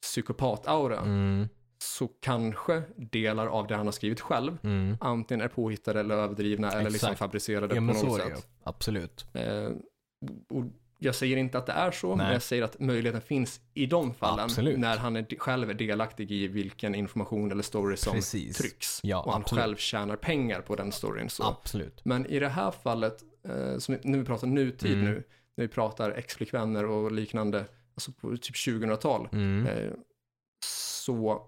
S1: psykopat-aura
S2: mm.
S1: så kanske delar av det han har skrivit själv
S2: Mm.
S1: antingen är påhittade eller överdrivna eller liksom
S2: Exakt.
S1: fabricerade
S2: ja
S1: på
S2: men så
S1: något
S2: är det ju.
S1: sätt.
S2: Absolut.
S1: Eh, och jag säger inte att det är så, men
S2: Nej.
S1: jag säger att möjligheten finns i de fallen
S2: Absolut.
S1: när han är de- själv är delaktig i vilken information eller story som
S2: Precis.
S1: trycks.
S2: Ja,
S1: och han
S2: absolut.
S1: själv tjänar pengar på den storyn. Så.
S2: Absolut.
S1: Men i det här fallet, eh, som vi- när vi pratar nutid
S2: Mm.
S1: nu, när vi pratar ex-flickvänner och liknande, alltså på typ 2000-tal,
S2: Mm.
S1: eh, så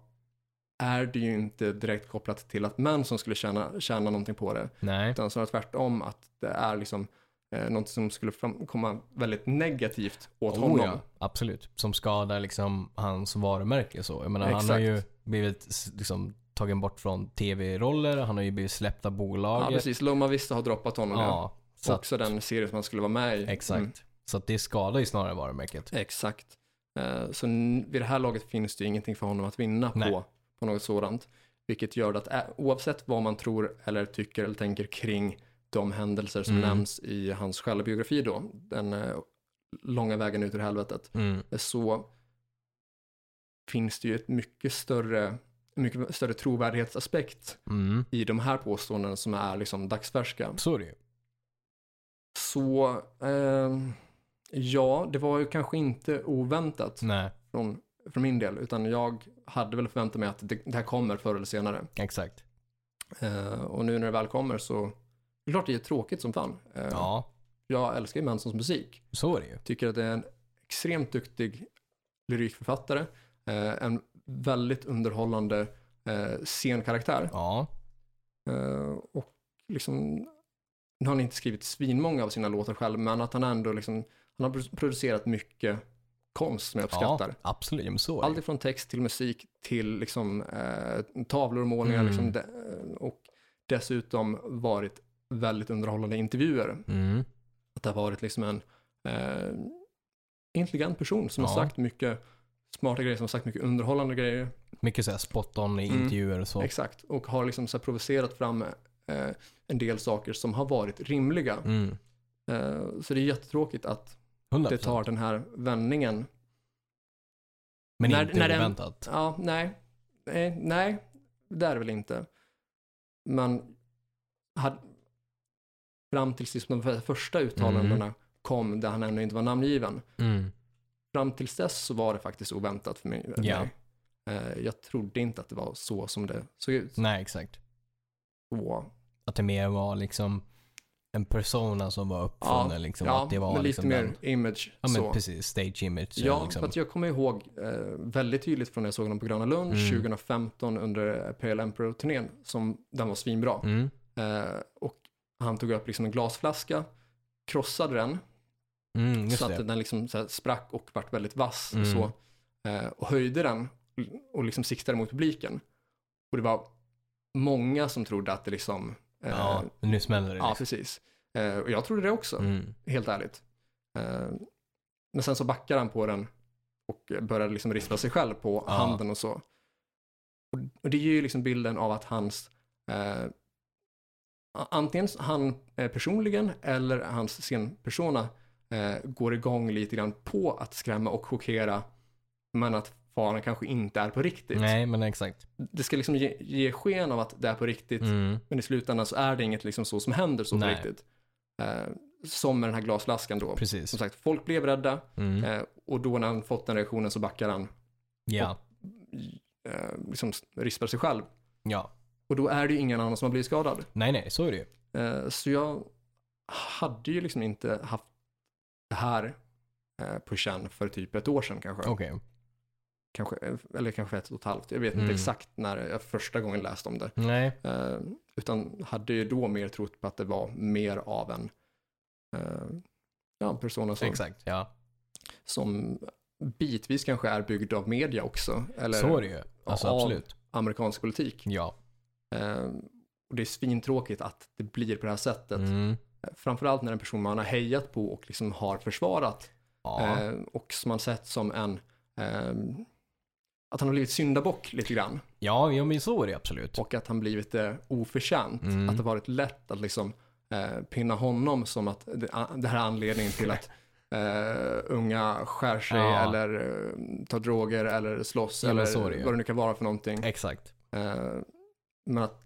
S1: är det ju inte direkt kopplat till att män som skulle tjäna, tjäna någonting på det,
S2: Nej.
S1: utan snarare tvärtom att det är liksom eh, något som skulle fram- komma väldigt negativt åt
S2: Oh,
S1: honom.
S2: ja, absolut. Som skadar liksom hans varumärke så. Jag menar, han har
S1: Exakt.
S2: ju blivit s- liksom, tagen bort från tv-roller, han har ju blivit släppt av
S1: Ja,
S2: bolaget.
S1: precis. Loma Vista har droppat honom. Ja,
S2: Ja, så att,
S1: Också den serie som han skulle vara med i.
S2: exakt.
S1: Mm,
S2: Så att det skadar ju snarare varumärket.
S1: exakt. Eh, så n- vid det här laget finns det ju ingenting för honom att vinna
S2: Nej.
S1: på, på något sådant. Vilket gör att ä- oavsett vad man tror eller tycker eller tänker kring de händelser som
S2: Mm.
S1: nämns i hans självbiografi då, den eh, långa vägen ut ur helvetet, eh,
S2: Mm.
S1: så finns det ju ett mycket större, mycket större trovärdighetsaspekt
S2: Mm.
S1: i de här påståendena som är liksom dagsfärska.
S2: Så är det ju.
S1: Så eh, ja, det var ju kanske inte oväntat
S2: Nej,
S1: från, från min del, utan jag hade väl förväntat mig att det, det här kommer förr eller senare.
S2: exakt.
S1: Eh, och nu när det väl kommer så, det är klart det är tråkigt som fan. Eh,
S2: Ja,
S1: Jag älskar ju Mansons musik.
S2: så är det ju.
S1: tycker att det är en extremt duktig lyrikförfattare, eh, en väldigt underhållande eh, scenkaraktär.
S2: Ja,
S1: Eh, och liksom, nu har han inte skrivit svinmånga av sina låtar själv, men att han ändå liksom, han har producerat mycket konst som jag
S2: ja
S1: uppskattar.
S2: absolut. Ja, men så är det
S1: Allt
S2: ju.
S1: ifrån text till musik till liksom, eh, tavlor och målningar
S2: Mm.
S1: liksom, de- och dessutom varit väldigt underhållande intervjuer
S2: Mm.
S1: att det har varit liksom en eh, intelligent person som
S2: Ja.
S1: har sagt mycket smarta grejer, som har sagt mycket underhållande grejer.
S2: Mycket så här spot on i
S1: Mm.
S2: intervjuer och så.
S1: Exakt. Och har liksom så här provocerat fram eh, en del saker som har varit rimliga.
S2: Mm.
S1: Eh, så det är jättetråkigt att
S2: 100%.
S1: det tar den här vändningen.
S2: Men
S1: när-
S2: inte
S1: när den-
S2: oväntat.
S1: Ja, nej. Nej, nej. det är det väl inte. Men hade, fram tills liksom de första uttalandena kom där han ännu inte var namngiven
S2: Mm.
S1: fram tills dess så var det faktiskt oväntat för mig.
S2: Ja.
S1: Eh, Jag trodde inte att det var så som det såg ut.
S2: Nej, exakt.
S1: Så,
S2: Att det mer var liksom en persona som var uppfunnen. liksom,
S1: ja,
S2: att det var
S1: men lite
S2: liksom
S1: mer
S2: den-
S1: image.
S2: Ja men
S1: så.
S2: precis, stage image.
S1: Ja,
S2: liksom.
S1: för att jag kommer ihåg eh, väldigt tydligt från när jag såg honom på Gröna Lund
S2: Mm.
S1: 2015 under Pale Emperor-turnén, som den var svinbra.
S2: mm,
S1: Eh, och han tog upp liksom en glasflaska, krossade den
S2: mm, just
S1: så att
S2: det.
S1: den liksom så här sprack och vart väldigt vass
S2: Mm.
S1: och så. Eh, och höjde den och liksom siktade mot publiken. Och det var många som trodde att det liksom... Eh,
S2: ja, men nu smäller det.
S1: ja,
S2: liksom.
S1: precis. Eh, och jag trodde det också,
S2: mm,
S1: helt ärligt. Eh, men sen så backade han på den och började liksom rispa sig själv på
S2: Ja.
S1: handen och så. Och, och det ger ju liksom bilden av att hans... Eh, a- antingen han eh, personligen eller hans scenpersona eh, går igång lite grann på att skrämma och chockera men att faran kanske inte är på riktigt.
S2: nej, men exakt.
S1: Det ska liksom ge, ge sken av att det är på riktigt
S2: Mm,
S1: men i slutändan så är det inget liksom så som händer så på
S2: Nej.
S1: riktigt. Eh, som med den här glaslaskan då.
S2: precis.
S1: Som sagt, folk blev rädda
S2: Mm,
S1: eh, och då när han fått den reaktionen så backar han,
S2: ja,
S1: eh, liksom rispar sig själv.
S2: ja.
S1: Och då är det ju ingen annan som har blivit skadad.
S2: Nej, nej, så är det ju.
S1: Eh, så jag hade ju liksom inte haft det här eh, på känn för typ ett år sedan kanske.
S2: Okej.
S1: kanske eh, eller kanske ett och ett halvt. Jag vet
S2: Mm.
S1: inte exakt när jag första gången läste om det.
S2: Nej.
S1: Eh, utan hade ju då mer trott på att det var mer av en eh, ja, en persona som,
S2: Exakt, ja.
S1: som bitvis kanske är byggd av media också. Eller
S2: Så är det ju. Alltså
S1: Ja.
S2: absolut.
S1: amerikansk politik.
S2: Ja.
S1: Eh, och det är svintråkigt att det blir på det här sättet.
S2: Mm.
S1: Framförallt när en person man har hejat på och liksom har försvarat
S2: Ja.
S1: eh, och som man sett som en eh, att han har blivit syndabock lite grann.
S2: ja, ja, men så är det absolut.
S1: och att han blivit det oförtjänt.
S2: Mm.
S1: Att det varit lätt att liksom eh, pinna honom som att det, a- det här är anledningen till att eh, unga skär sig
S2: Ja.
S1: eller eh, tar droger eller slåss
S2: Ja, men
S1: eller
S2: så är det ju.
S1: vad det nu kan vara för någonting.
S2: Exakt.
S1: Eh, men att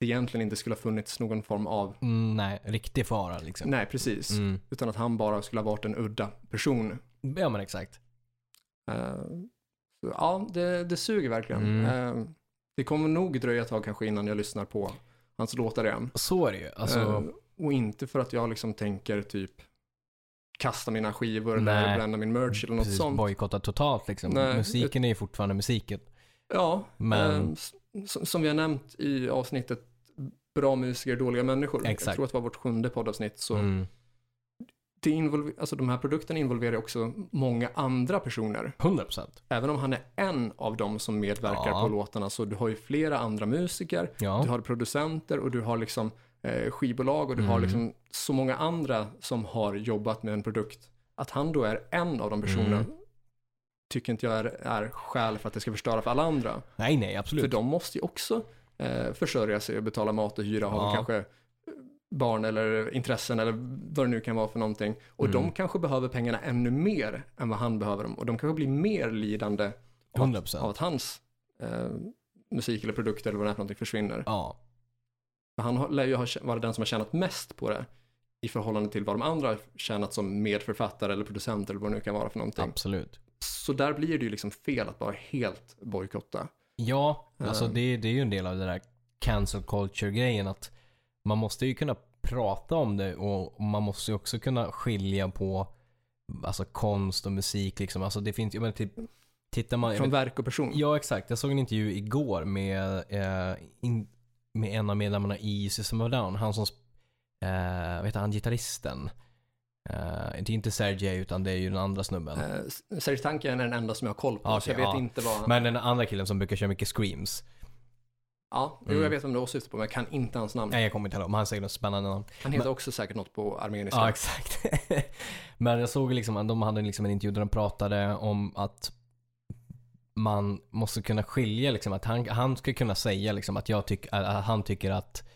S1: det egentligen inte skulle ha funnits någon form av,
S2: Mm, nej, riktig fara liksom.
S1: nej precis,
S2: Mm.
S1: utan att han bara skulle ha varit en udda person.
S2: Ja, men exakt.
S1: Eh, så, ja, det, det suger verkligen.
S2: Mm.
S1: Eh, det kommer nog dröja ett tag kanske innan jag lyssnar på hans låtar igen.
S2: Så är det ju. Alltså,
S1: Eh, och inte för att jag liksom tänker typ kasta mina skivor
S2: Nej.
S1: eller bränna min merch eller något
S2: precis
S1: sånt.
S2: bojkotta totalt liksom.
S1: Nej,
S2: musiken är ju fortfarande musiken.
S1: Ja,
S2: Men-
S1: eh, s- s- som vi har nämnt i avsnittet Bra musiker, dåliga människor.
S2: Exakt.
S1: Jag tror att det var vårt sjunde poddavsnitt. Så
S2: Mm.
S1: det involver, alltså de här produkterna involverar också många andra personer.
S2: 100%.
S1: Även om han är en av dem som medverkar
S2: Ja.
S1: på låtarna så du har ju flera andra musiker, du
S2: Ja.
S1: har producenter och du har liksom eh, skivbolag och du har
S2: Mm.
S1: liksom så många andra som har jobbat med en produkt. Att han då är en av de personerna
S2: Mm.
S1: tycker inte jag är, är skäl för att det ska förstöra för alla andra.
S2: Nej, nej,
S1: För
S2: absolut.
S1: de måste ju också eh, försörja sig och betala mat och hyra,
S2: Ja.
S1: ha kanske eh, barn eller intressen eller vad det nu kan vara för någonting. Och
S2: Mm.
S1: de kanske behöver pengarna ännu mer än vad han behöver dem. Och de kanske blir mer lidande av att,
S2: 100%.
S1: av att hans eh, musik eller produkter eller vad det är för någonting försvinner.
S2: Ja.
S1: För Han har- lär ju ha tjä- vara den som har tjänat mest på det i förhållande till vad de andra har tjänat som medförfattare eller producent eller vad det nu kan vara för någonting.
S2: Absolut.
S1: Så där blir det ju liksom fel att bara helt bojkotta.
S2: Ja, alltså
S1: Ehm.
S2: det, det är ju en del av det där cancel culture-grejen att man måste ju kunna prata om det och man måste ju också kunna skilja på alltså konst och musik liksom. Alltså det finns ju, men typ, tittar man... jag
S1: Från
S2: vet-
S1: verk och person.
S2: Ja, exakt. Jag såg en intervju igår med, eh, in, med en av medlemmarna i System of a Down. Han som, sp- eh, vad heter han, gitarristen? Eh, det är inte Sergej utan det är ju den andra snubben.
S1: Eh, S- Serge Tankian är den enda som jag har koll på,
S2: Ja,
S1: så jag
S2: okej,
S1: vet
S2: ja.
S1: inte vad han...
S2: Men den andra killen som brukar köra mycket screams.
S1: ja, jo,
S2: Mm.
S1: jag vet om du åsyftar på, men jag kan inte hans namn.
S2: Nej, jag kommer inte ihåg. men Han säger något spännande namn.
S1: Han heter också säkert något på armeniska.
S2: Ja, exakt. Men jag såg liksom att de hade liksom en intervju där de pratade om att man måste kunna skilja liksom att han, han ska kunna säga liksom att, jag tyck, att han tycker att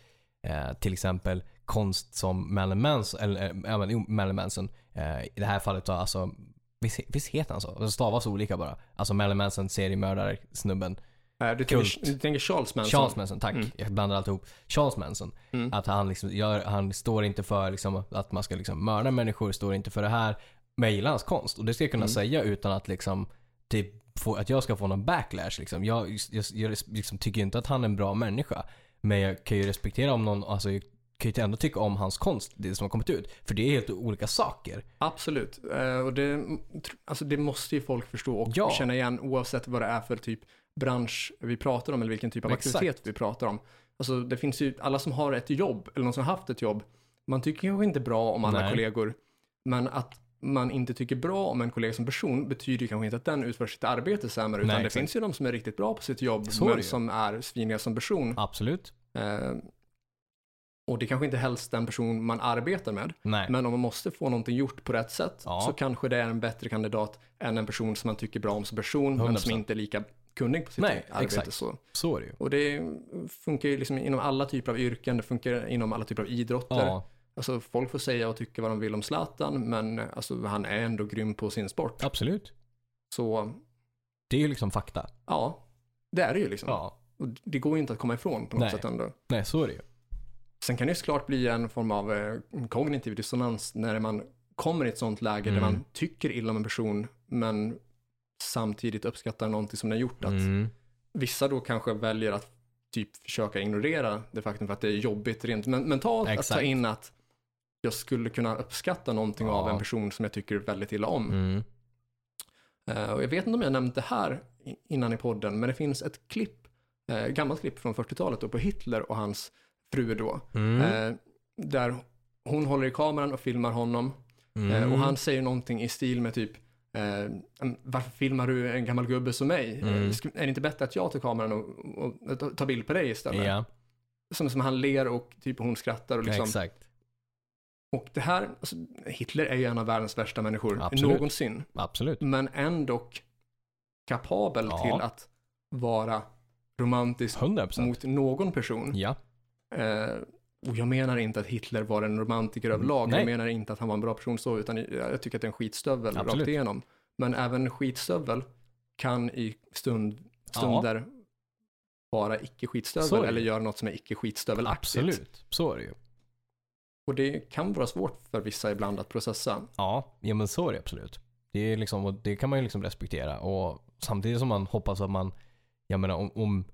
S2: eh, till exempel konst som Marilyn Manson, eller eh, ja, men, jo, Marilyn Manson eh, i det här fallet då alltså Visst, visst heter han så? Det stavas olika bara. Alltså Marilyn Manson, seriemördare, snubben.
S1: Eh, du,
S2: Kult.
S1: tänker, du tänker Charles Manson?
S2: Charles Manson, tack.
S1: Mm.
S2: Jag blandar alltihop. Charles Manson.
S1: Mm.
S2: Att han, liksom gör, han står inte för liksom att man ska liksom mörda människor, står inte för det här. Men jag gillar hans konst och det ska jag kunna
S1: Mm.
S2: säga utan att, liksom, typ, få, att jag ska få någon backlash. Liksom. Jag, jag, jag liksom, tycker ju inte att han är en bra människa. Men jag kan ju respektera om någon, alltså, jag kan ju ändå tycka om hans konst, det som har kommit ut. För det är helt olika saker.
S1: Absolut. Eh, och det, tr- alltså det måste ju folk förstå och
S2: Ja.
S1: känna igen oavsett vad det är för typ bransch vi pratar om eller vilken typ av
S2: Exakt.
S1: aktivitet vi pratar om. Alltså det finns ju, alla som har ett jobb eller någon som har haft ett jobb, man tycker kanske inte bra om alla
S2: Nej.
S1: kollegor, men att man inte tycker bra om en kollega som person betyder ju kanske inte att den utför sitt arbete sämre, utan
S2: Nej,
S1: det
S2: exakt.
S1: finns ju de som är riktigt bra på sitt jobb,
S2: Så är det ju.
S1: men som är sviniga som person.
S2: Absolut.
S1: Eh, och det kanske inte helst den person man arbetar med,
S2: Nej.
S1: men om man måste få någonting gjort på rätt sätt
S2: Ja.
S1: så kanske det är en bättre kandidat än en person som man tycker bra om som person men
S2: 100%.
S1: som inte är lika kunnig på sitt
S2: Nej,
S1: arbete.
S2: exakt.
S1: Så.
S2: Så är det ju.
S1: Och det funkar ju liksom inom alla typer av yrken, det funkar inom alla typer av idrotter.
S2: Ja,
S1: Alltså folk får säga och tycka vad de vill om Zlatan men alltså, han är ändå grym på sin sport.
S2: absolut.
S1: Så
S2: Det är ju liksom fakta.
S1: ja, det är det ju liksom.
S2: Ja.
S1: Och det går ju inte att komma ifrån på något
S2: Nej.
S1: sätt ändå.
S2: Nej, så är det ju.
S1: Sen kan det ju såklart bli en form av eh, kognitiv dissonans när man kommer i ett sånt läge
S2: Mm.
S1: där man tycker illa om en person men samtidigt uppskattar någonting som den gjort. Att
S2: Mm.
S1: Vissa då kanske väljer att typ försöka ignorera det faktum för att det är jobbigt rent men- mentalt att
S2: Exakt.
S1: ta in att jag skulle kunna uppskatta någonting
S2: Ja.
S1: av en person som jag tycker väldigt illa om.
S2: Mm.
S1: Eh, och jag vet inte om jag nämnt det här i- innan i podden, men det finns ett klipp, eh, gammalt klipp från 40-talet då, på Hitler och hans fru då.
S2: Mm.
S1: Eh, där hon håller i kameran och filmar honom.
S2: Mm.
S1: Eh, och han säger någonting i stil med typ eh, varför filmar du en gammal gubbe som mig?
S2: Mm.
S1: Eh, sk- Är det inte bättre att jag tar kameran och, och, och tar bild på dig istället?
S2: Ja,
S1: Som, som han ler och typ hon skrattar och liksom.
S2: exakt.
S1: Och det här, alltså, Hitler är ju en av världens värsta människor
S2: Absolut.
S1: någonsin.
S2: Absolut.
S1: Men ändå kapabel
S2: Ja.
S1: till att vara romantisk
S2: 100%.
S1: mot någon person.
S2: Ja.
S1: Eh, och jag menar inte att Hitler var en romantiker överlag.
S2: Mm, Nej.
S1: Jag menar inte att han var en bra person så, utan jag- jag tycker att det är en skitstövel
S2: Absolut.
S1: rakt igenom. Men även skitstövel kan i stund, stunder vara
S2: Så är
S1: icke-skitstövel
S2: det.
S1: eller göra något som är icke-skitstövelaktigt.
S2: Absolut. Så är det ju.
S1: Och det kan vara svårt för vissa ibland att processa.
S2: Ja, ja men så är det absolut. Det, är liksom, och det kan man ju liksom respektera. Och samtidigt som man hoppas att man, jag menar om, om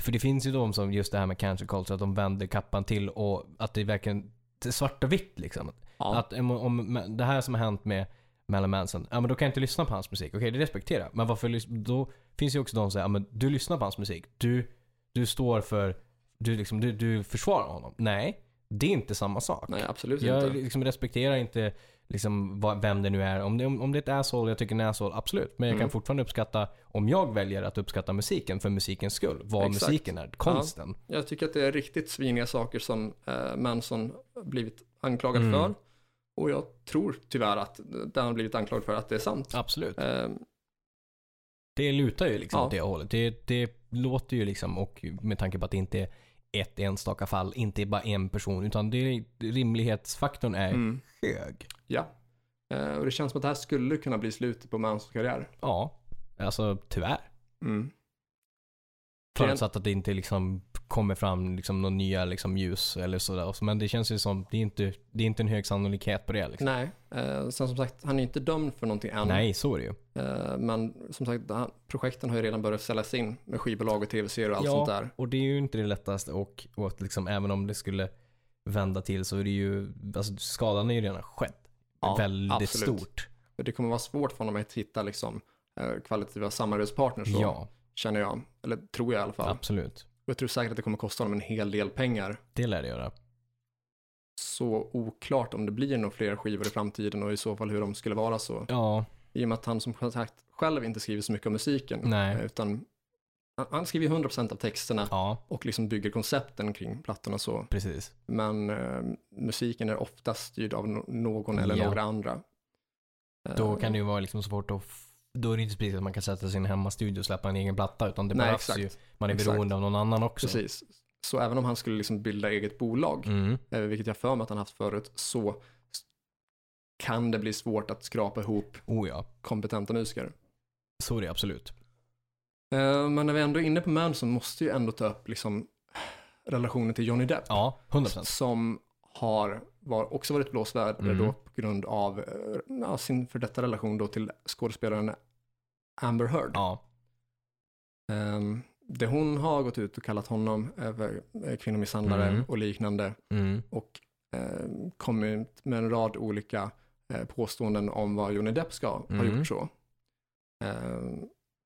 S2: för det finns ju de som just det här med cancer culture, att de vänder kappan till och att det verkligen det är svart och vitt liksom.
S1: Ja.
S2: Att om, om men det här som har hänt med Marilyn Manson, ja men då kan jag inte lyssna på hans musik. Okej, det respekterar jag. Men varför, lys- då finns ju också de som säger, ja men du lyssnar på hans musik. Du, du står för, du liksom, du, du försvarar honom. Nej, det är inte samma sak.
S1: Nej, absolut
S2: Jag
S1: inte.
S2: liksom respekterar inte liksom vad, vem det nu är. Om det, om, om det är ett asshole, jag tycker en asshole, absolut. Men jag kan
S1: Mm.
S2: fortfarande uppskatta, om jag väljer att uppskatta musiken för musikens skull, vad
S1: Exakt.
S2: musiken är, konsten.
S1: Jag tycker att det är riktigt sviniga saker som eh, Manson blivit anklagad
S2: Mm.
S1: för. Och jag tror tyvärr att det han blivit anklagad för att det är sant.
S2: Absolut.
S1: Eh,
S2: Det lutar ju liksom
S1: Ja.
S2: åt det hållet. Det, det låter ju liksom, och med tanke på att det inte är ett enstaka fall, inte bara en person, utan det är, rimlighetsfaktorn är
S1: mm.
S2: hög.
S1: Ja. Eh, och det känns som att det här skulle kunna bli slutet på Mansons karriär.
S2: Ja, alltså tyvärr. Mm.
S1: Det är en-
S2: Förutsatt att det inte liksom kommer fram liksom några nya liksom ljus eller sådär. Men det känns ju som, det är inte, det är inte en hög sannolikhet på det. Liksom.
S1: Nej, eh, sen som sagt, han är inte dömd för någonting än.
S2: Nej, så är det ju.
S1: Eh, men som sagt, han, projekten har ju redan börjat säljas in med skivbolag och tv-serier och allt
S2: Ja.
S1: sånt där.
S2: Och det är ju inte det lättaste och, och att liksom, även om det skulle vända till så är det ju, alltså skadan är ju redan skett.
S1: Ja,
S2: Väldigt
S1: absolut.
S2: stort.
S1: Och det kommer vara svårt för honom att hitta liksom, eh, kvalitativa samarbetspartners då,
S2: Ja,
S1: känner jag. Eller tror jag i alla fall.
S2: absolut.
S1: Och jag tror säkert att det kommer kosta honom en hel del pengar.
S2: Det lär det göra.
S1: Så oklart om det blir några fler skivor i framtiden och i så fall hur de skulle vara så.
S2: Ja,
S1: I och med att han som sagt själv inte skriver så mycket om musiken. eh,
S2: nej.
S1: Utan han- han skriver 100% av texterna
S2: Ja,
S1: och liksom bygger koncepten kring plattorna så.
S2: precis.
S1: Men eh, musiken är oftast styrd av no- någon eller
S2: Ja.
S1: några andra. Eh,
S2: Då kan det ju vara liksom svårt att f- då är det inte precis att man kan sätta sin hemmastudio och släppa en egen platta utan det
S1: Nej,
S2: behövs
S1: exakt.
S2: ju. Man är
S1: Exakt.
S2: beroende av någon annan också.
S1: Precis. Så även om han skulle liksom bilda eget bolag,
S2: Mm.
S1: eh, vilket jag för mig att han haft förut, så s- kan det bli svårt att skrapa ihop
S2: Oh ja,
S1: kompetenta musiker.
S2: så är det absolut.
S1: Eh, Men när vi ändå är inne på Manson måste ju ändå ta upp liksom relationen till Johnny Depp.
S2: Ja, 100%.
S1: som har var, också varit blåsvärd
S2: Mm.
S1: då på grund av eh, ja, sin för detta relation då till skådespelaren Amber Heard.
S2: Ja,
S1: Ehm, det hon har gått ut och kallat honom över eh, kvinnomisshandlare
S2: Mm.
S1: och liknande
S2: mm.
S1: och ehm, kommit med en rad olika eh, påståenden om vad Johnny Depp ska ha
S2: Mm.
S1: gjort så. Ehm,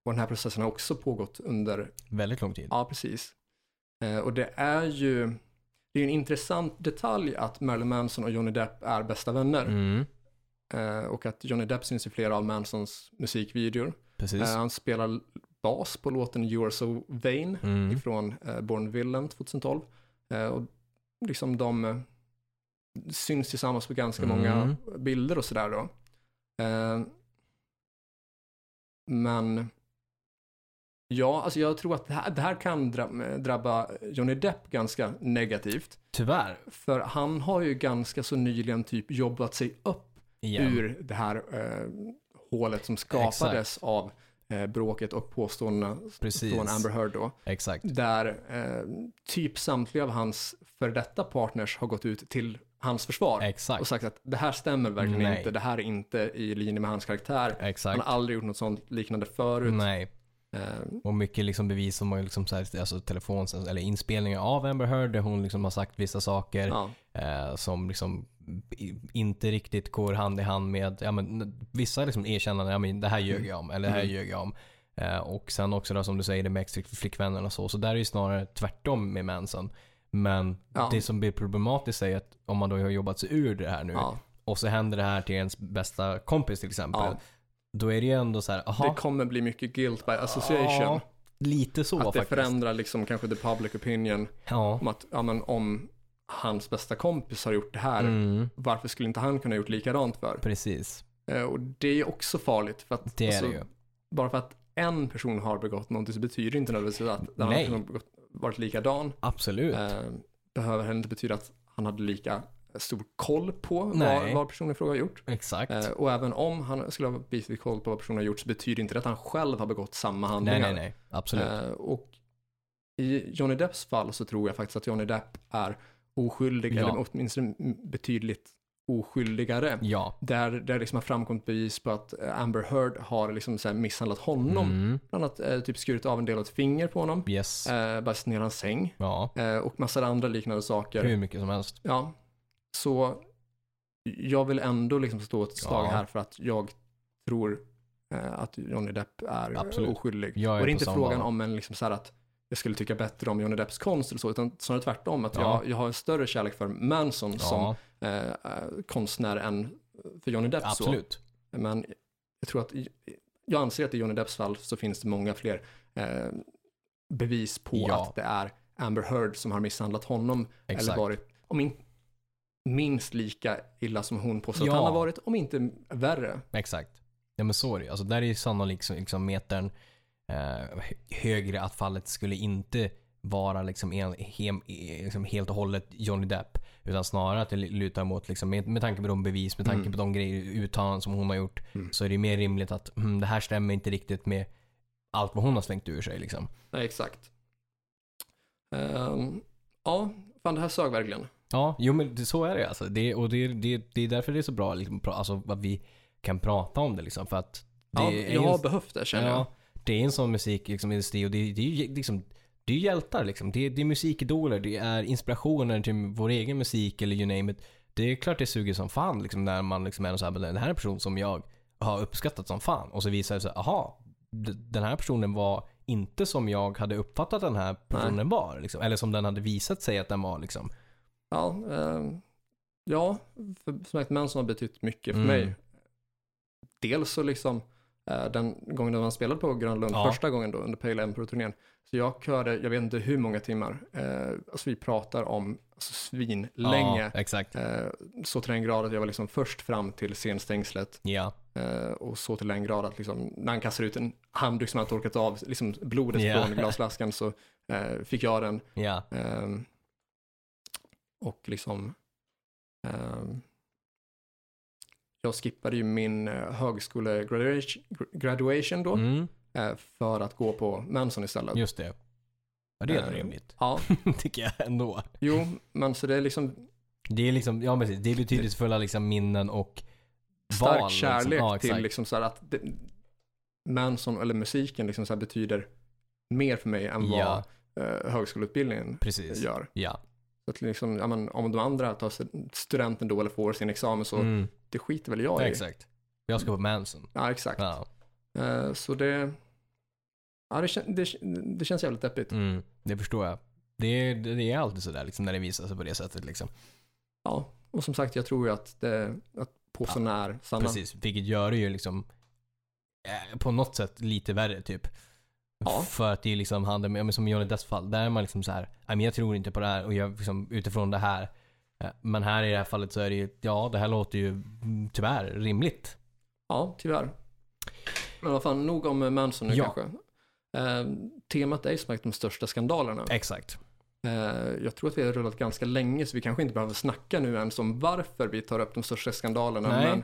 S1: och den här processen har också pågått under
S2: väldigt lång tid.
S1: Ja, precis. Eh, och det är ju det är ju en intressant detalj att Marilyn Manson och Johnny Depp är bästa vänner.
S2: Mm.
S1: Eh, och att Johnny Depp syns i flera av Mansons musikvideor.
S2: Precis.
S1: Eh, han spelar bas på låten You're So Vain
S2: Mm.
S1: ifrån eh, Born Villain 2012. Eh, och liksom de eh, syns tillsammans på ganska
S2: Mm.
S1: många bilder och sådär då. Eh, men ja, alltså jag tror att det här, det här kan dra- eh, drabba Johnny Depp ganska negativt.
S2: Tyvärr.
S1: För han har ju ganska så nyligen typ jobbat sig upp
S2: Igen.
S1: ur det här eh, hålet som skapades av eh, bråket och påståendena
S2: Precis.
S1: från Amber Mm. Heard då
S2: Exakt.
S1: där eh, typ samtliga av hans för detta partners har gått ut till hans försvar och
S2: Exakt.
S1: sagt att det här stämmer verkligen
S2: Nej.
S1: inte, det här är inte i linje med hans karaktär, han
S2: Exakt.
S1: har aldrig gjort något sånt liknande förut.
S2: Nej.
S1: Eh,
S2: Och mycket liksom bevis som har liksom så här, alltså telefon, eller inspelningar av Amber Heard där hon liksom har sagt vissa saker
S1: ja.
S2: eh, som liksom i- inte riktigt går hand i hand med ja, men, n- vissa liksom erkännanden, ja, men, det här ljög jag om eller det här
S1: Mm.
S2: ljög jag om. Eh, och sen också då, som du säger det med extra flickvännen och så. Så där är det ju snarare tvärtom med Manson. Men
S1: Ja.
S2: det som blir problematiskt är ju att om man då har jobbat sig ur det här nu
S1: ja.
S2: och så händer det här till ens bästa kompis till exempel.
S1: Ja.
S2: Då är det ju ändå så här, aha,
S1: Det kommer bli mycket guilt by association.
S2: Ja, lite så
S1: att det
S2: faktiskt.
S1: förändrar liksom kanske the public opinion
S2: ja.
S1: om att ja, men, om hans bästa kompis har gjort det här,
S2: Mm,
S1: varför skulle inte han kunna ha gjort likadant för?
S2: precis,
S1: Eh, och det är ju också farligt för att
S2: det är
S1: alltså,
S2: det ju.
S1: bara för att en person har begått någonting så betyder det inte nödvändigtvis att den andra
S2: Nej.
S1: personen har begått, varit likadan.
S2: Absolut.
S1: Eh, behöver heller inte betyda att han hade lika stor koll på vad,
S2: Nej.
S1: vad personen i fråga har gjort.
S2: Exakt.
S1: Eh, och även om han skulle ha bitvis koll på vad personen har gjort så betyder inte det att han själv har begått samma handlingar.
S2: nej, nej, nej. Absolut.
S1: Eh, och i Johnny Depps fall så tror jag faktiskt att Johnny Depp är oskyldig,
S2: Ja.
S1: eller åtminstone betydligt oskyldigare.
S2: ja.
S1: Där det liksom har framkommit bevis på att eh, Amber Heard har liksom så här misshandlat honom.
S2: Mm.
S1: Bland annat eh, typ skurit av en del av ett finger på honom,
S2: Yes.
S1: eh, bajsat ner hans säng
S2: ja.
S1: eh, och massor av andra liknande saker.
S2: Hur mycket som helst.
S1: Ja, så jag vill ändå liksom stå ett slag
S2: Ja.
S1: här för att jag tror eh, att Johnny Depp är
S2: Absolut.
S1: oskyldig.
S2: Jag
S1: och
S2: är
S1: det är
S2: på
S1: inte
S2: samma
S1: frågan
S2: bana.
S1: om en liksom så här att jag skulle tycka bättre om Johnny Depps konst eller så, utan snarare tvärtom. Att
S2: Ja.
S1: jag, jag har en större kärlek för Manson som
S2: Ja,
S1: eh, eh, konstnär än för Johnny Depp.
S2: absolut.
S1: Så. Men jag tror att, jag anser att i Johnny Depps fall så finns det många fler eh, bevis på
S2: Ja.
S1: att det är Amber Heard som har misshandlat honom eller
S2: Exakt.
S1: varit, om in, minst lika illa som hon påstår
S2: Ja.
S1: att han har varit, om inte värre.
S2: Exakt. Ja men så är det ju. Alltså där är ju sannolikt liksom metern eh, hö- högre att fallet skulle inte vara liksom, en, hem, eh, liksom helt och hållet Johnny Depp. Utan snarare att det lutar mot, liksom, med, med tanke på de bevis, med tanke
S1: Mm.
S2: på de grejer, uttalanden som hon har gjort.
S1: Mm.
S2: Så är det ju mer rimligt att hmm, det här stämmer inte riktigt med allt vad hon har slängt ur sig. Liksom.
S1: Nej, exakt. Ehm, ja, fan det här sög verkligen.
S2: Ja, jo men det, så är det alltså. Det, och det, det, det är därför det är så bra liksom, pra, alltså, att vi kan prata om det. Liksom, för att det
S1: Ja,
S2: är
S1: jag
S2: ju-
S1: har behövt det känner jag.
S2: Ja, det är en sån musikindustri liksom, industri och det, det är ju liksom det är ju hjältar liksom. Det, är- det är musikidoler, det är inspirationer till vår egen musik eller you name it. Det är klart det suger som fan liksom, när man liksom är så här, "Men det här är en person som jag har uppskattat som fan. Och så visar det sig, aha, d- den här personen var inte som jag hade uppfattat den här personen var. Liksom. Eller som den hade visat sig att den var. Liksom.
S1: Ja, ehm, ja för, som sagt, Manson har betytt mycket för
S2: Mm.
S1: mig. Dels så liksom eh, den gången när man spelade på Grönlund,
S2: Ja.
S1: första gången då under Pale Emperor-turnén, så jag körde, jag vet inte hur många timmar, eh, alltså vi pratar om alltså, svin länge.
S2: Ja, exakt.
S1: Eh, så till den grad att jag var liksom först fram till scenstängslet
S2: Ja.
S1: eh, och så till den grad att liksom, när han kastar ut en handduk som han torkat av, liksom blodet
S2: Ja.
S1: från glasflaskan så eh, fick jag den.
S2: Ja.
S1: ehm, och liksom, ehm, jag skippade ju min eh, högskolegraduation graduation då
S2: Mm,
S1: eh, för att gå på Manson istället.
S2: just det. Ja, det är
S1: Eh,
S2: rimligt.
S1: Ja,
S2: Tycker jag ändå.
S1: jo, men så det är liksom
S2: Det är liksom, ja precis. Det är betydelsefulla liksom minnen och
S1: stark
S2: val.
S1: kärlek
S2: liksom. Ja,
S1: till
S2: exakt.
S1: liksom så här att det, Manson eller musiken liksom så här betyder mer för mig än vad
S2: Ja.
S1: eh, högskoleutbildningen
S2: Precis. Ja.
S1: gör. Så att liksom, ja, men, om de andra tar st- studenten då eller får sin examen så
S2: Mm,
S1: det skiter väl jag i.
S2: exakt. Jag ska på Manson.
S1: Ja, exakt.
S2: Ja.
S1: Eh, så det, ja, det, kän- det, det känns jävligt deppigt.
S2: Mm, det förstår jag. Det är, det är alltid sådär liksom, när det visar sig på det sättet. Liksom.
S1: Ja, och som sagt jag tror ju att, det, att påståendena är sanna.
S2: Precis, vilket gör det ju liksom eh, på något sätt lite värre typ.
S1: Ja.
S2: För att det är liksom handlar med, ja, men som i Johnny Depps fall, där är man liksom så här, "Nej, men jag tror inte på det här och jag liksom utifrån det här. Eh, Men här i det här fallet så är det ju, ja det här låter ju mm, tyvärr rimligt.
S1: Ja, tyvärr. Men vad fan, nog om eh, Manson nu
S2: Ja.
S1: kanske. Eh, temat är ju som sagt de största skandalerna.
S2: Exakt.
S1: Eh, jag tror att vi har rullat ganska länge så vi kanske inte behöver snacka nu ens om varför vi tar upp de största skandalerna.
S2: Nej.
S1: Men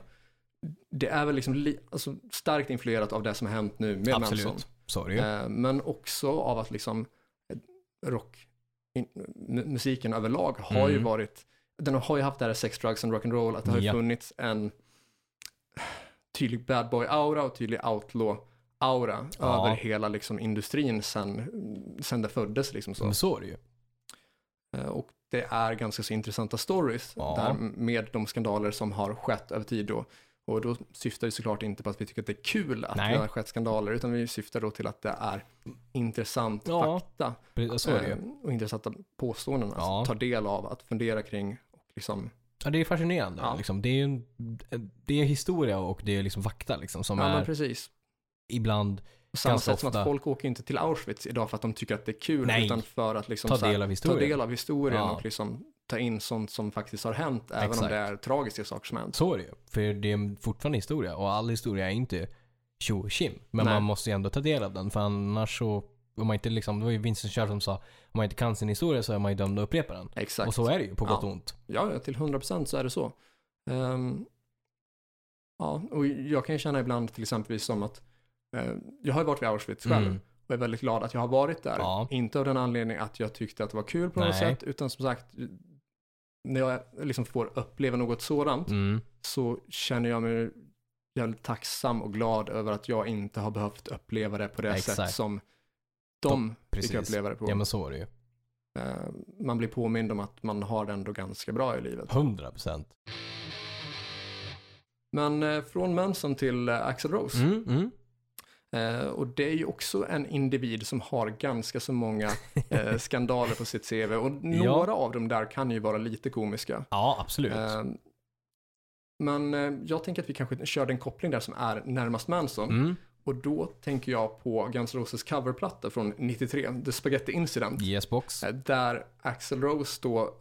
S1: det är väl liksom li- alltså starkt influerat av det som har hänt nu med
S2: Absolut.
S1: Manson.
S2: Så är det ju.
S1: Eh, men också av att liksom eh, rock, in, mu- musiken överlag har ju
S2: Mm.
S1: varit, den har ju haft det här sex, drugs and rock'n'roll, att det har ju
S2: Ja.
S1: funnits en tydlig bad boy-aura och tydlig outlaw aura
S2: Ja.
S1: över hela liksom, industrin sen, sen det föddes. Liksom, så.
S2: Men så är det ju.
S1: Eh, Och det är ganska så intressanta stories
S2: Ja.
S1: där med de skandaler som har skett över tid då. Och då syftar vi såklart inte på att vi tycker att det är kul att
S2: Nej.
S1: det har skett skandaler, utan vi syftar då till att det är intressant
S2: Ja,
S1: fakta
S2: Pre- Så är det ju.
S1: eh, och intressanta påståenden
S2: Ja.
S1: att ta del av, att fundera kring. Och liksom,
S2: Ja, det är fascinerande.
S1: Ja.
S2: Liksom. Det, är ju en, det är historia och det är liksom fakta liksom, som
S1: ja, men
S2: är
S1: precis.
S2: ibland
S1: På samma
S2: ganska
S1: sätt som
S2: ofta.
S1: att folk åker ju inte till Auschwitz idag för att de tycker att det är kul,
S2: Nej.
S1: utan för att liksom
S2: ta
S1: så här,
S2: del av
S1: ta
S2: historien.
S1: del av historien
S2: Ja.
S1: och liksom ta in sånt som faktiskt har hänt, även om
S2: Exakt.
S1: det är tragiska saker som har hänt.
S2: Så är det ju. För det är fortfarande historia och all historia är inte tjo och tjim. Men
S1: Nej.
S2: man måste ju ändå ta del av den för annars så, om man inte liksom, det var ju Vincent Churchill som sa, om man inte kan sin historia så är man ju dömd att upprepa den.
S1: Exakt.
S2: Och så är det ju på gott
S1: Ja.
S2: och ont.
S1: Ja, ja, till 100% så är det så. Ehm, ja, och jag kan ju känna ibland till exempel som att eh, jag har ju varit vid Auschwitz själv
S2: Mm.
S1: och är väldigt glad att jag har varit där.
S2: Ja.
S1: Inte av den anledningen att jag tyckte att det var kul på något
S2: Nej.
S1: sätt, utan som sagt, när jag liksom får uppleva något sådant
S2: Mm.
S1: så känner jag mig jävligt tacksam och glad över att jag inte har behövt uppleva det på det
S2: Exakt.
S1: sätt som de fick
S2: Precis.
S1: uppleva det på.
S2: Ja men så är det ju.
S1: Eh, man blir påmind om att man har det ändå ganska bra i livet.
S2: 100 procent.
S1: Men eh, från Manson till eh, Axel Rose.
S2: Mm, mm.
S1: Eh, och det är ju också en individ som har ganska så många eh, skandaler på sitt CV. Och några av dem där kan ju vara lite komiska.
S2: Ja, absolut.
S1: Eh, men eh, jag tänker att vi kanske kör den koppling där som är närmast Manson.
S2: Mm.
S1: Och då tänker jag på Guns N' Roses coverplatta från 93, The Spaghetti Incident.
S2: Yes box.
S1: Eh, Där Axel Rose då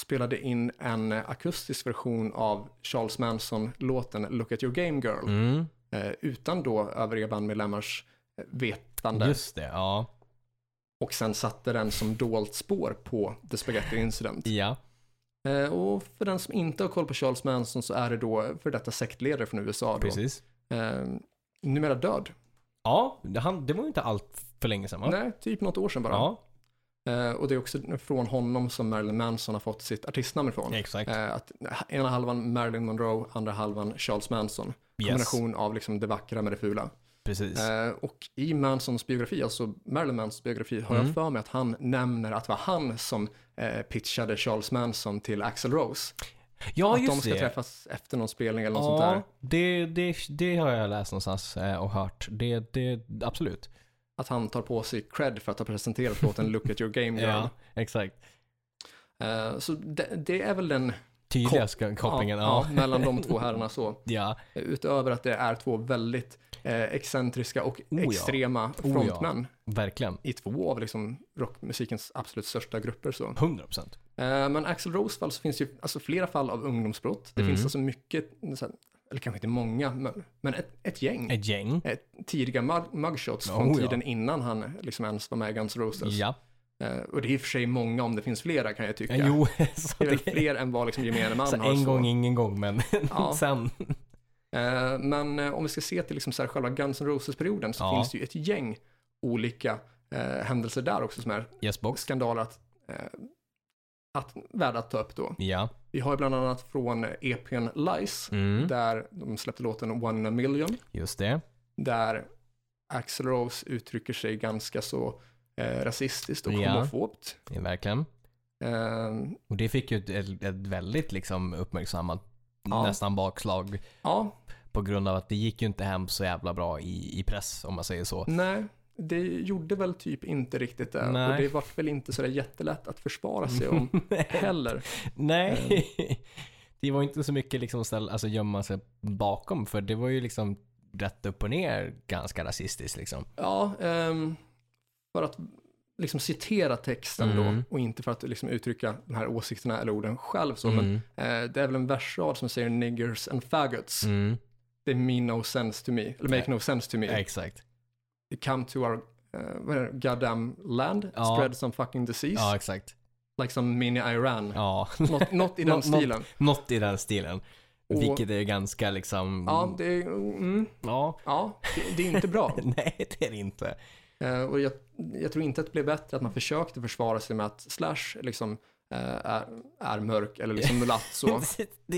S1: spelade in en eh, akustisk version av Charles Manson-låten Look at your game girl.
S2: Mm.
S1: eh, utan då övriga bandmedlemmars eh, vetande.
S2: Just det, ja.
S1: Och sen satte den som dolt spår på The Spaghetti Incident.
S2: Ja.
S1: Eh, och för den som inte har koll på Charles Manson så är det då för detta sektledare från USA då.
S2: Precis.
S1: Eh, numera död.
S2: Ja, han, det var ju inte allt för länge sedan va?
S1: Nej, typ något år sedan bara.
S2: Ja,
S1: Eh, och det är också från honom som Marilyn Manson har fått sitt artistnamn ifrån.
S2: exakt.
S1: Eh, att ena halvan Marilyn Monroe, andra halvan Charles Manson.
S2: Yes.
S1: Kombination av liksom det vackra med det fula.
S2: Precis.
S1: Eh, och i Mansons biografi, alltså Marilyn Mansons biografi, har
S2: Mm.
S1: jag för mig att han nämner att det var han som eh, pitchade Charles Manson till Axl Rose.
S2: ja,
S1: att
S2: just
S1: de ska
S2: det.
S1: träffas efter någon spelning eller något sånt
S2: Ja,
S1: där.
S2: det, det, det har jag läst någonstans eh, och hört. Det, det, absolut.
S1: Att han tar på sig cred för att ha presenterat låten Look at your game girl.
S2: exakt.
S1: Eh, så det, det är väl den
S2: Tydliga Kop- kopplingen,
S1: ja,
S2: ja.
S1: ja, mellan de två herrarna så.
S2: Ja,
S1: Utöver att det är två väldigt eh, excentriska och
S2: Oh ja.
S1: extrema
S2: ja.
S1: frontmän
S2: verkligen.
S1: i två av liksom, rockmusikens absolut största grupper. Så.
S2: 100%.
S1: Eh, Men Axel Rose fall så finns ju alltså flera fall av ungdomsbrott. Det
S2: Mm.
S1: finns alltså mycket, så här, eller kanske inte många, men, men ett, ett gäng.
S2: Ett gäng.
S1: Eh, Tidiga mug- mugshots
S2: Oh,
S1: från
S2: ja.
S1: tiden innan han liksom ens var med i Guns N' Roses.
S2: Ja.
S1: Eh, Och det är i och för sig många om det finns flera kan jag tycka.
S2: Jo,
S1: Det
S2: så
S1: är väl
S2: det
S1: fler än vad liksom gemene man
S2: så
S1: har.
S2: en gång, ingen gång, men
S1: Ja.
S2: sen.
S1: Eh, Men eh, om vi ska se till liksom så här själva Guns N' Roses-perioden så
S2: Ja.
S1: finns det ju ett gäng olika eh, händelser där också som är
S2: Yes box.
S1: skandaler att, eh, att, värda att ta upp då.
S2: Ja.
S1: Vi har ju bland annat från EPn Lies,
S2: Mm.
S1: där de släppte låten One in a Million,
S2: Just det.
S1: där Axl Rose uttrycker sig ganska så eh, rasistiskt och
S2: Ja.
S1: homofobt.
S2: det är Verkligen.
S1: Eh,
S2: Och det fick ju ett, ett, ett väldigt liksom uppmärksammat
S1: Ja.
S2: nästan bakslag
S1: ja,
S2: på grund av att det gick ju inte hem så jävla bra i, i press om man säger så.
S1: nej, det gjorde väl typ inte riktigt det.
S2: Nej.
S1: Och det var väl inte sådär jättelätt att försvara sig om heller.
S2: Nej.
S1: Ehm.
S2: Det var inte så mycket liksom ställ, alltså gömma sig bakom för det var ju liksom rätt upp och ner ganska rasistiskt liksom.
S1: Ja, ehm, för att liksom citera texten
S2: Mm.
S1: då och inte för att liksom uttrycka de här åsikterna eller orden själv. Så,
S2: Mm.
S1: men Eh, det är väl en versrad som säger niggers and faggots.
S2: Mm.
S1: They mean no sense to me. Eller make no sense to me.
S2: Exakt.
S1: Come to our eh, vad är det? goddamn land.
S2: Ja.
S1: Spread some fucking disease.
S2: Ja, exakt.
S1: Like some mini Iran.
S2: Ja,
S1: Något, något i den
S2: Något- något.
S1: stilen.
S2: något i den stilen.
S1: Och-
S2: Vilket är ganska liksom...
S1: Ja, det är, mm,
S2: ja.
S1: ja, det, det är inte bra.
S2: Nej, det är det inte.
S1: Eh, och jag, jag tror inte att det blev bättre att man försökte försvara sig med att Slash liksom eh, är, är mörk eller liksom mulatt så.
S2: det, det,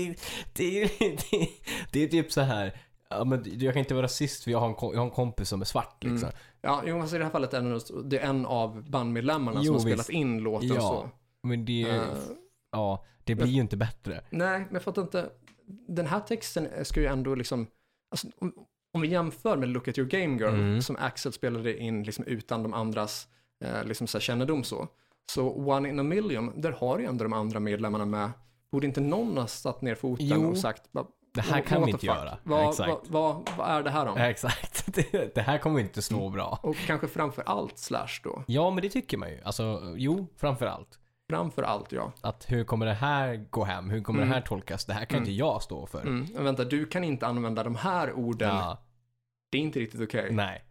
S2: är ju- det, det är typ så här. Ja, men jag kan inte vara rasist för jag har en, kom- jag har en kompis som är svart liksom.
S1: Ja, jo, alltså i det här fallet är det, det är en av bandmedlemmarna
S2: Jo,
S1: som har
S2: visst.
S1: spelat in låten
S2: Ja.
S1: så.
S2: Men det,
S1: Eh,
S2: ja, det blir ju inte bättre.
S1: nej, men jag fattar inte. Den här texten ska ju ändå liksom, alltså, om, om vi jämför med Look at your game girl
S2: Mm.
S1: som Axel spelade in liksom utan de andras eh, liksom så här, kännedom så. Så One in a Million, där har ju ändå de andra medlemmarna med. Borde inte någon ha satt ner foten
S2: Jo.
S1: och sagt, "Va-
S2: Det här kan
S1: what
S2: vi
S1: the
S2: inte
S1: fuck?
S2: göra.
S1: Vad,
S2: Exakt. Eh.
S1: Vad, vad, vad är det här om?
S2: Ja, Exakt. Det, det här kommer inte slå bra.
S1: Och kanske framför allt Slash då.
S2: Ja, men det tycker man ju. Alltså, jo, framför allt.
S1: Framför allt ja.
S2: Att hur kommer det här gå hem? Hur kommer det här tolkas? Det här kan inte jag stå för.
S1: Mm. Men vänta, du kan inte använda de här orden.
S2: Ja,
S1: Det är inte riktigt okej.
S2: nej.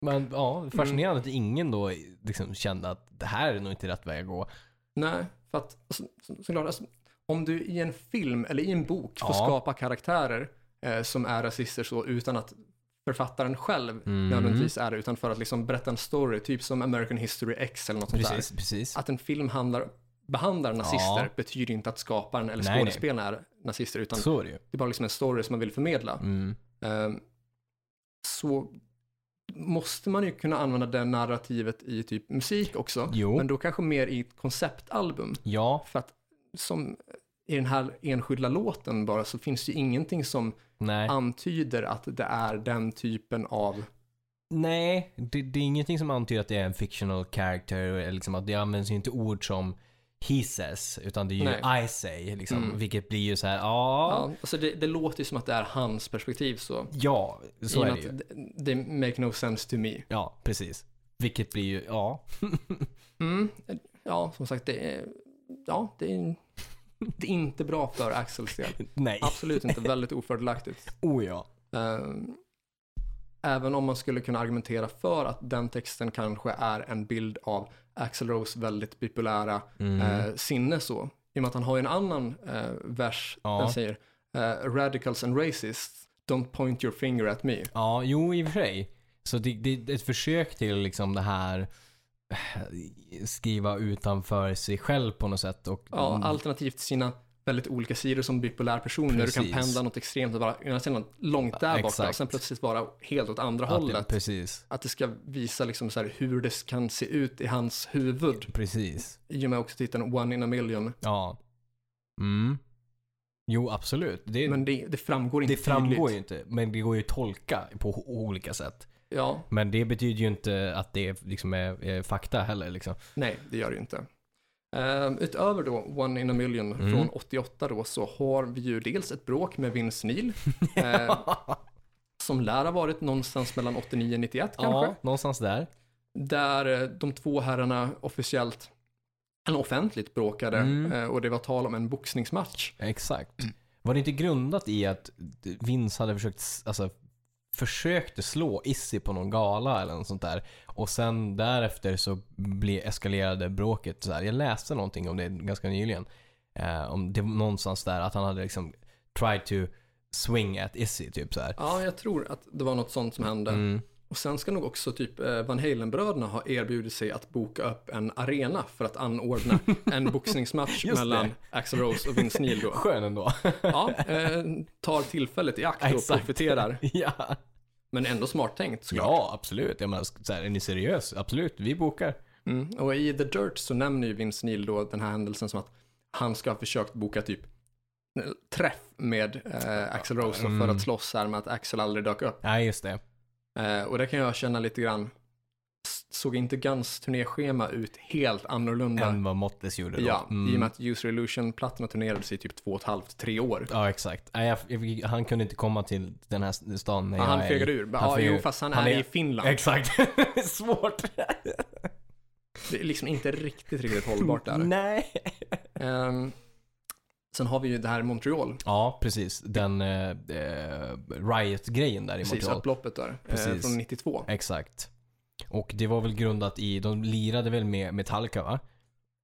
S2: Men
S1: Mm.
S2: ja, fascinerande att ingen då liksom kände att det här är nog inte rätt väg att gå.
S1: Nej, för att alltså, så- såklart, alltså, om du i en film eller i en bok får
S2: Ja.
S1: skapa karaktärer eh, som är rasister så utan att författaren själv
S2: Mm.
S1: nödvändigtvis är det, utan för att liksom berätta en story, typ som American History X eller något sånt
S2: Precis, precis.
S1: där. Att en film handlar, behandlar nazister
S2: Ja.
S1: betyder inte att skaparen eller
S2: Nej, nej.
S1: skådespelaren är nazister, utan
S2: Så är det ju.
S1: det är bara liksom en story som man vill förmedla.
S2: Mm.
S1: Ehm, så måste man ju kunna använda det narrativet i typ musik också.
S2: Jo.
S1: Men då kanske mer i ett konceptalbum.
S2: Ja,
S1: För att som i den här enskilda låten bara så finns det ju ingenting som
S2: nej.
S1: antyder att det är den typen av...
S2: Nej, det, det är ingenting som antyder att det är en fictional character. Eller liksom att det används ju inte ord som he says, utan det är ju
S1: Nej.
S2: I say. Liksom,
S1: Mm.
S2: Vilket blir ju så här,
S1: Ja.
S2: ja.
S1: alltså det, det låter ju som att det är hans perspektiv så.
S2: Ja,
S1: I
S2: så
S1: och
S2: är
S1: med
S2: det ju.
S1: att det, det make no sense to me.
S2: Ja, precis. Vilket blir ju, ja.
S1: Mm. Ja, som sagt, det är, ja, det är, det är inte bra för Axels del.
S2: Nej.
S1: Absolut inte, väldigt ofördelaktigt.
S2: Oh ja.
S1: Eh, Även om man skulle kunna argumentera för att den texten kanske är en bild av Axl Rose väldigt bipolära
S2: Mm.
S1: eh, sinne så. I och med att han har ju en annan eh, vers
S2: Ja.
S1: där han säger eh, Radicals and racists, don't point your finger at me.
S2: Ja, jo i och för sig. Så det, det är ett försök till liksom det här eh, skriva utanför sig själv på något sätt. Och,
S1: Ja, Alternativt sina väldigt olika sidor som bipolär person där du kan
S2: Precis.
S1: pendla något extremt och bara ena sidan långt där borta och
S2: Exakt.
S1: sen plötsligt vara helt åt andra
S2: att det-
S1: hållet.
S2: Precis.
S1: Att det ska visa liksom så här hur det kan se ut i hans huvud.
S2: Precis.
S1: I och med också titeln One in a Million.
S2: Ja. Mm. Jo, absolut. Det,
S1: Men det, det framgår inte
S2: det framgår
S1: tydligt.
S2: ju inte. Men det går ju att tolka på o- olika sätt.
S1: Ja,
S2: Men det betyder ju inte att det liksom är, är fakta heller. Liksom.
S1: nej, det gör det ju inte. Ehm, utöver då One in a Million
S2: Mm.
S1: från 88 då så har vi ju dels ett bråk med Vince Neil. eh, som lär ha varit någonstans mellan 89 och 91 kanske.
S2: Ja, någonstans där.
S1: Där eh, de två herrarna officiellt, eller offentligt bråkade
S2: Mm.
S1: eh, och det var tal om en boxningsmatch.
S2: Exakt. Var det inte grundat i att Vince hade försökt, s- alltså, försökte slå Issy på någon gala eller något sånt där. Och sen därefter så ble, eskalerade bråket. Så här. Jag läste någonting om det ganska nyligen. Eh, om det var någonstans där att han hade liksom tried to swing at Issy typ så här.
S1: Ja, jag tror att det var något sånt som hände.
S2: Mm.
S1: Och sen ska nog också typ eh, Van Halen-bröderna ha erbjudit sig att boka upp en arena för att anordna en boxningsmatch
S2: Just
S1: mellan
S2: det.
S1: Axel Rose och Vince Neil då.
S2: Skön ändå.
S1: Ja, eh, tar tillfället i akt och
S2: Exakt.
S1: profiterar.
S2: ja.
S1: Men ändå smart tänkt såklart.
S2: ja, absolut. Jag menar, så här, är ni seriös? Absolut, vi bokar.
S1: Mm. Och i The Dirt så nämner ju Vince Neil då den här händelsen som att han ska ha försökt boka typ eh, träff med eh, Axel Rose då för
S2: Mm.
S1: att slåss här med att Axel aldrig dök upp.
S2: Nej, just det.
S1: Eh, och det kan jag känna lite grann, S- såg inte Guns turnéschema ut helt annorlunda
S2: Än vad Mottes gjorde då.
S1: Ja, i och
S2: Mm.
S1: med att User Illusion-plattorna turnerades i typ två och ett halvt, tre år.
S2: Ja, exakt. Nej, jag, jag, han kunde inte komma till den här stan när
S1: Ja,
S2: jag
S1: han
S2: är
S1: fegade
S2: i-
S1: ur. Bara,
S2: han
S1: Ja,
S2: fegar
S1: jo,
S2: ur.
S1: fast han,
S2: Han
S1: är,
S2: är-
S1: i Finland.
S2: Exakt. Svårt.
S1: Det är liksom inte riktigt, riktigt hållbart där.
S2: Nej.
S1: Ehm, sen har vi ju det här i Montreal.
S2: Ja, precis. Den eh, eh, riot-grejen där i
S1: Precis,
S2: Montreal.
S1: upploppet där. eh,
S2: Precis.
S1: från 92.
S2: Exakt. Och det var väl grundat i, de lirade väl med Metallica va?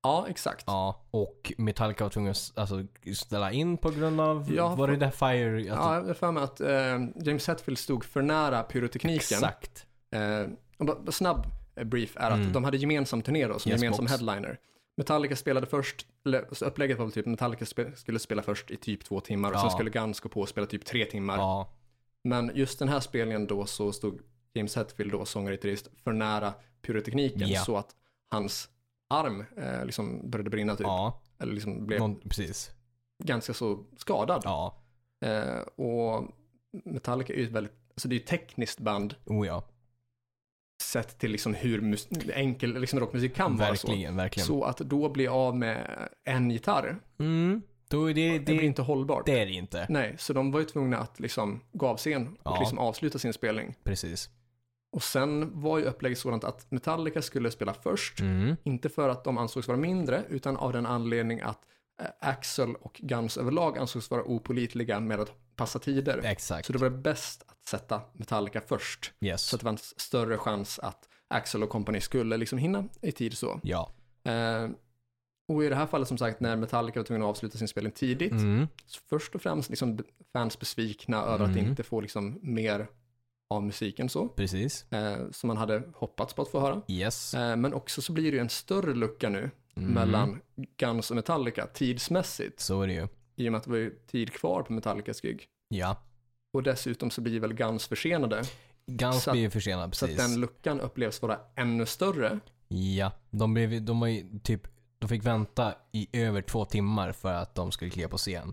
S1: Ja, exakt.
S2: Ja. Och Metallica var tvungna att s- alltså, ställa in på grund av,
S1: Ja,
S2: var det
S1: för-
S2: där Fire? alltså, att-
S1: Ja, jag har för mig att eh, James Hetfield stod för nära pyrotekniken.
S2: exakt.
S1: Eh, och bara- bara snabb eh, brief är att
S2: Mm.
S1: de hade gemensam turné då, som
S2: Yes,
S1: gemensam
S2: box.
S1: headliner. Metallica spelade först, eller så upplägget var väl typ Metallica spe, skulle spela först i typ två timmar och
S2: Ja.
S1: sen skulle Guns gå på och spela typ tre timmar.
S2: Ja.
S1: Men just den här spelningen då så stod James Hetfield då, sångare och gitarrist, för nära pyrotekniken
S2: Ja.
S1: så att hans arm eh, liksom började brinna typ.
S2: Ja,
S1: Eller liksom blev
S2: någon, precis.
S1: ganska så skadad.
S2: Ja,
S1: Eh, och Metallica är ju ett väldigt, alltså det är ju ett tekniskt band
S2: oh ja.
S1: sett till liksom hur mus- enkel liksom rockmusik kan vara
S2: Verkligen, verkligen.
S1: så. Så att då bli av med en gitarr,
S2: Mm. Då är det,
S1: det blir
S2: det,
S1: inte hållbart.
S2: det är det inte.
S1: Nej, så de var ju tvungna att liksom gå av scen och
S2: Ja.
S1: liksom avsluta sin spelning.
S2: Precis.
S1: Och sen var ju upplägget sådant att Metallica skulle spela först,
S2: Mm.
S1: inte för att de ansågs vara mindre, utan av den anledning att eh, Axel och Guns överlag ansågs vara opolitliga med att passa tider.
S2: Exakt.
S1: Så det var bäst att sätta Metallica först.
S2: Yes.
S1: Så att det var en större chans att Axel och kompani skulle liksom hinna i tid så.
S2: Ja.
S1: Eh, och i det här fallet som sagt när Metallica var tvungna att avsluta sin spelning tidigt,
S2: Mm.
S1: så först och främst liksom b- fans besvikna över att
S2: Mm.
S1: inte få liksom mer av musiken så,
S2: Precis.
S1: eh, som man hade hoppats på att få höra.
S2: Yes.
S1: Eh, men också så blir det ju en större lucka nu
S2: Mm.
S1: mellan Guns och Metallica tidsmässigt,
S2: Så är det ju.
S1: i och med att det var ju tid kvar på Metallicas gig.
S2: Ja.
S1: Och dessutom så blir väl Guns försenade,
S2: Guns
S1: Så att-
S2: blir ju försenad,
S1: så att
S2: precis.
S1: den luckan upplevs vara ännu större.
S2: Ja. De, blev, ju- de, var ju typ, de fick vänta i över två timmar för att de skulle kliva på scen.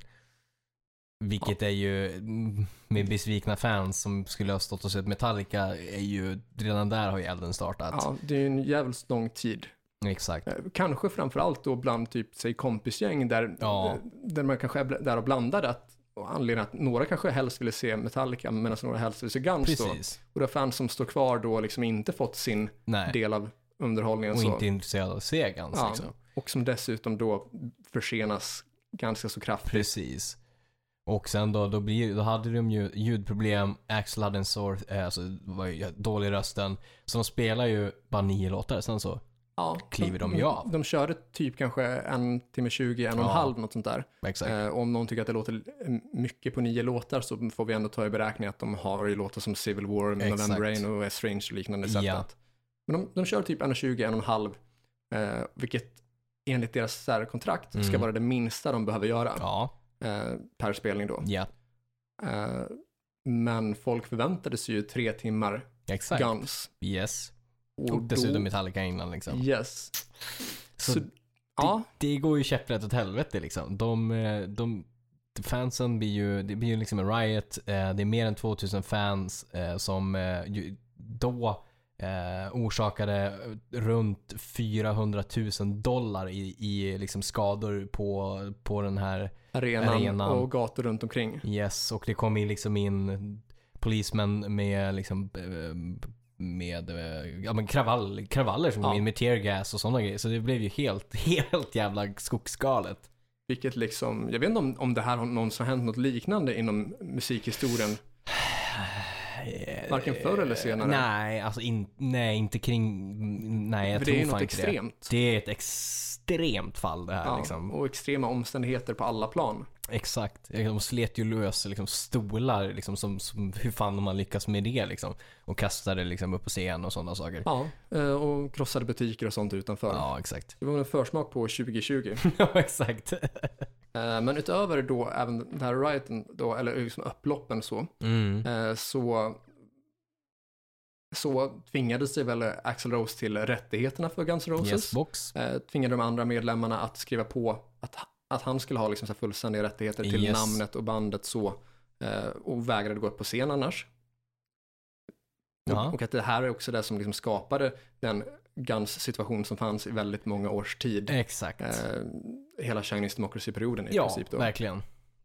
S2: Vilket är ju, mm, med besvikna fans som skulle ha stått och sett Metallica, är ju, redan där har ju elden startat.
S1: Ja, det är ju en jävligt lång tid.
S2: Exakt.
S1: Eh, Kanske framförallt då bland typ, säg kompisgäng där,
S2: Ja.
S1: där man kanske är bl- där och blandade att och anledningen att några kanske helst ville se Metallica medan några helst ville se Guns då.
S2: Precis.
S1: Och det är fans som står kvar då liksom inte fått sin
S2: Nej.
S1: del av underhållningen
S2: och
S1: så.
S2: inte intresserad av att se Guns
S1: Ja.
S2: liksom.
S1: Och som dessutom då försenas ganska så kraftigt.
S2: Precis. Och sen då, då, blir, då hade de ju ljudproblem, Axel hade en sår, eh, alltså var ju dålig i rösten. Så de spelar ju bara nio låtar sen så.
S1: Ja,
S2: Kliver de ju av?
S1: De körde typ kanske en timme 20, en och en
S2: Ja.
S1: halv något sånt där.
S2: Exakt.
S1: Eh, om någon tycker att det låter mycket på nio låtar så får vi ändå ta i beräkning att de har ju låtar som Civil War, November
S2: Exakt.
S1: Rain och Strange och liknande sätt
S2: Ja.
S1: att- Men de, de kör typ 1,20, 1,5, eh, vilket enligt deras särkontrakt ska
S2: Mm.
S1: vara det minsta de behöver göra
S2: Ja,
S1: eh, per spelning då.
S2: ja,
S1: Eh, men folk förväntade sig ju tre timmar
S2: exakt.
S1: Guns.
S2: Yes.
S1: Och
S2: Tog dessutom
S1: då,
S2: Metallica innan liksom.
S1: Yes.
S2: Så
S1: Så, ja,
S2: det går ju käpprätt åt helvete liksom. De, eh, de, fansen blir ju, det blir ju liksom en riot. Eh, Det är mer än 2000 fans eh, som eh, ju- då eh, orsakade runt 400 000 dollar i, i liksom skador på, på den här
S1: arenan,
S2: arenan.
S1: och gator runt omkring.
S2: Yes, och det kom in liksom in polismän med liksom eh, med eh, ja, men kravall, kravaller som kom
S1: Ja.
S2: in med tear gas och sådana grejer. Så det blev ju helt, helt jävla skogsgalet.
S1: Vilket liksom, jag vet inte om, om det här har någonsin hänt något liknande inom musikhistorien. Varken förr eller senare.
S2: Eh, Nej, alltså in, nej, inte kring... Nej, jag
S1: För det
S2: tror
S1: är ju
S2: fan
S1: något
S2: inte
S1: extremt.
S2: det. Det är ett extremt fall det här
S1: Ja,
S2: liksom.
S1: Och extrema omständigheter på alla plan.
S2: Exakt. De slet ju lös liksom, stolar, liksom, som, som, hur fan har man lyckats med det liksom? Och kastade liksom, upp på scen och sådana saker.
S1: Ja, eh, och krossade butiker och sånt utanför.
S2: Ja, exakt.
S1: Det var en försmak på 2020.
S2: ja, exakt.
S1: Eh, Men utöver då även den här rioten då, eller liksom upploppen så,
S2: Mm.
S1: eh, så, så tvingades det väl Axl Rose till rättigheterna för Guns N' Roses.
S2: Yes, box.
S1: eh, tvingade de andra medlemmarna att skriva på att, att han skulle ha liksom så här fullständiga rättigheter till
S2: Yes.
S1: namnet och bandet så eh, och vägrade gå upp på scen annars.
S2: Jaha.
S1: Och, och att det här är också det som liksom skapade den Guns situation som fanns i väldigt många års tid.
S2: Exakt.
S1: Eh, hela Chinese Democracy-perioden i
S2: ja,
S1: princip då.
S2: verkligen.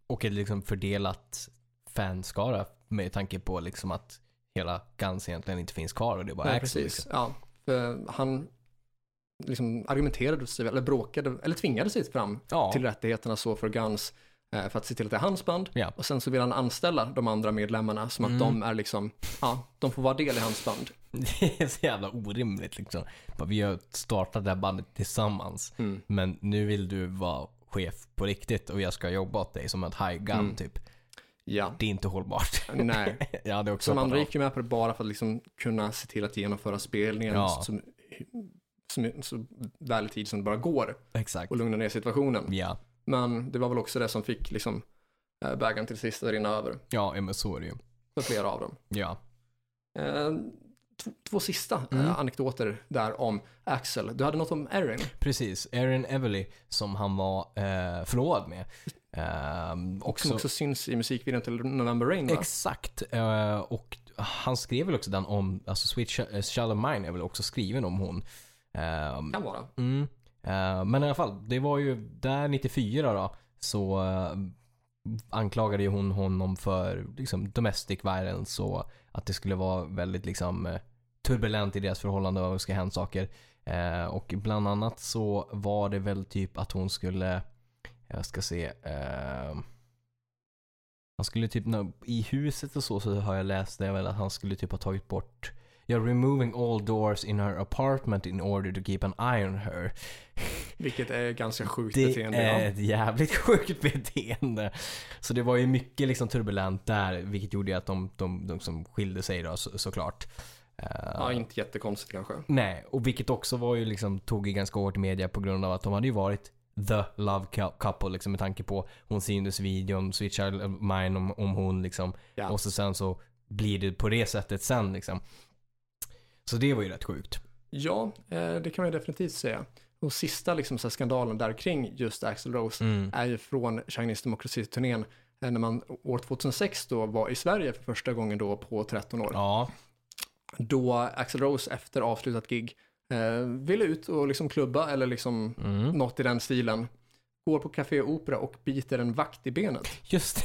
S2: Och ett liksom fördelat fanskara med tanke på liksom att hela Guns egentligen inte finns kvar och det är bara
S1: Nej,
S2: Axl.
S1: precis.
S2: Liksom.
S1: Ja, för han liksom argumenterade sig, eller bråkade, eller tvingade sig fram
S2: Ja,
S1: till rättigheterna så för Guns eh, för att se till att det är hans band.
S2: Ja.
S1: Och sen så vill han anställa de andra medlemmarna som att
S2: Mm.
S1: de är liksom, ja, de får vara del i hans band.
S2: det är så jävla orimligt liksom. Bara, Vi har startat det här bandet tillsammans.
S1: Mm.
S2: Men nu vill du vara chef på riktigt och jag ska jobba åt dig som ett high gun
S1: Mm.
S2: typ.
S1: Ja,
S2: Det är inte hållbart.
S1: nej.
S2: jag hade också
S1: Så de andra
S2: hoppat av.
S1: gick ju med på det bara för att liksom kunna se till att genomföra spelningen
S2: Ja.
S1: som, som, så väl i tid som det bara går
S2: Exakt.
S1: och lugna ner situationen.
S2: Ja.
S1: Men det var väl också det som fick liksom eh, bägaren till sist att rinna över.
S2: ja, ja, men så är det ju.
S1: för flera av dem.
S2: Ja.
S1: Eh, två, två sista eh,
S2: Mm.
S1: anekdoter där om Axel. Du hade något om Erin.
S2: Precis. Aaron Everly som han var eh, förlovad med. Ehm,
S1: Och som
S2: också,
S1: också syns i musikvideon till November Rain. va?
S2: exakt. Eh, och han skrev väl också den om, alltså Sweet Ch- eh, Child of Mine är väl också skriven om hon. Ehm,
S1: Kan vara.
S2: mm, eh, men i alla fall, det var ju där 94 då så eh, anklagade ju hon honom för liksom, domestic violence och att det skulle vara väldigt liksom eh, turbulent i deras förhållande och ska hända saker. Eh, och bland annat så var det väl typ att hon skulle, jag ska se, eh, han skulle typ, nå- i huset och så, så har jag läst det väl att han skulle typ ha tagit bort Ja, removing all doors in her apartment in order to keep an eye on her.
S1: Vilket är ganska sjukt
S2: Det
S1: beteende.
S2: är
S1: ja.
S2: ett jävligt sjukt beteende. Så det var ju mycket liksom turbulent där, vilket gjorde ju att de, de, de som skilde sig då så, såklart. Eh,
S1: Ja, inte jättekonstigt kanske.
S2: Nej, och vilket också var ju liksom, tog i ganska hårt i media på grund av att de hade ju varit the love cou- couple liksom med tanke på hon syntes i videon, Sweet Child of Mine om, om hon liksom.
S1: Ja.
S2: Och så sen så blir det på det sättet sen liksom. Så det var ju rätt sjukt.
S1: Ja, eh, det kan man ju definitivt säga. Och sista liksom, så här, skandalen där kring just Axel Rose
S2: Mm.
S1: är ju från Chinese Democracy-turnén eh, när man år 2006 då var i Sverige för första gången då på 13 år.
S2: Ja,
S1: Då Axel Rose efter avslutat gig eh, vill ut och liksom klubba eller liksom
S2: Mm.
S1: något i den stilen. Går på Café Opera och biter en vakt i benet.
S2: just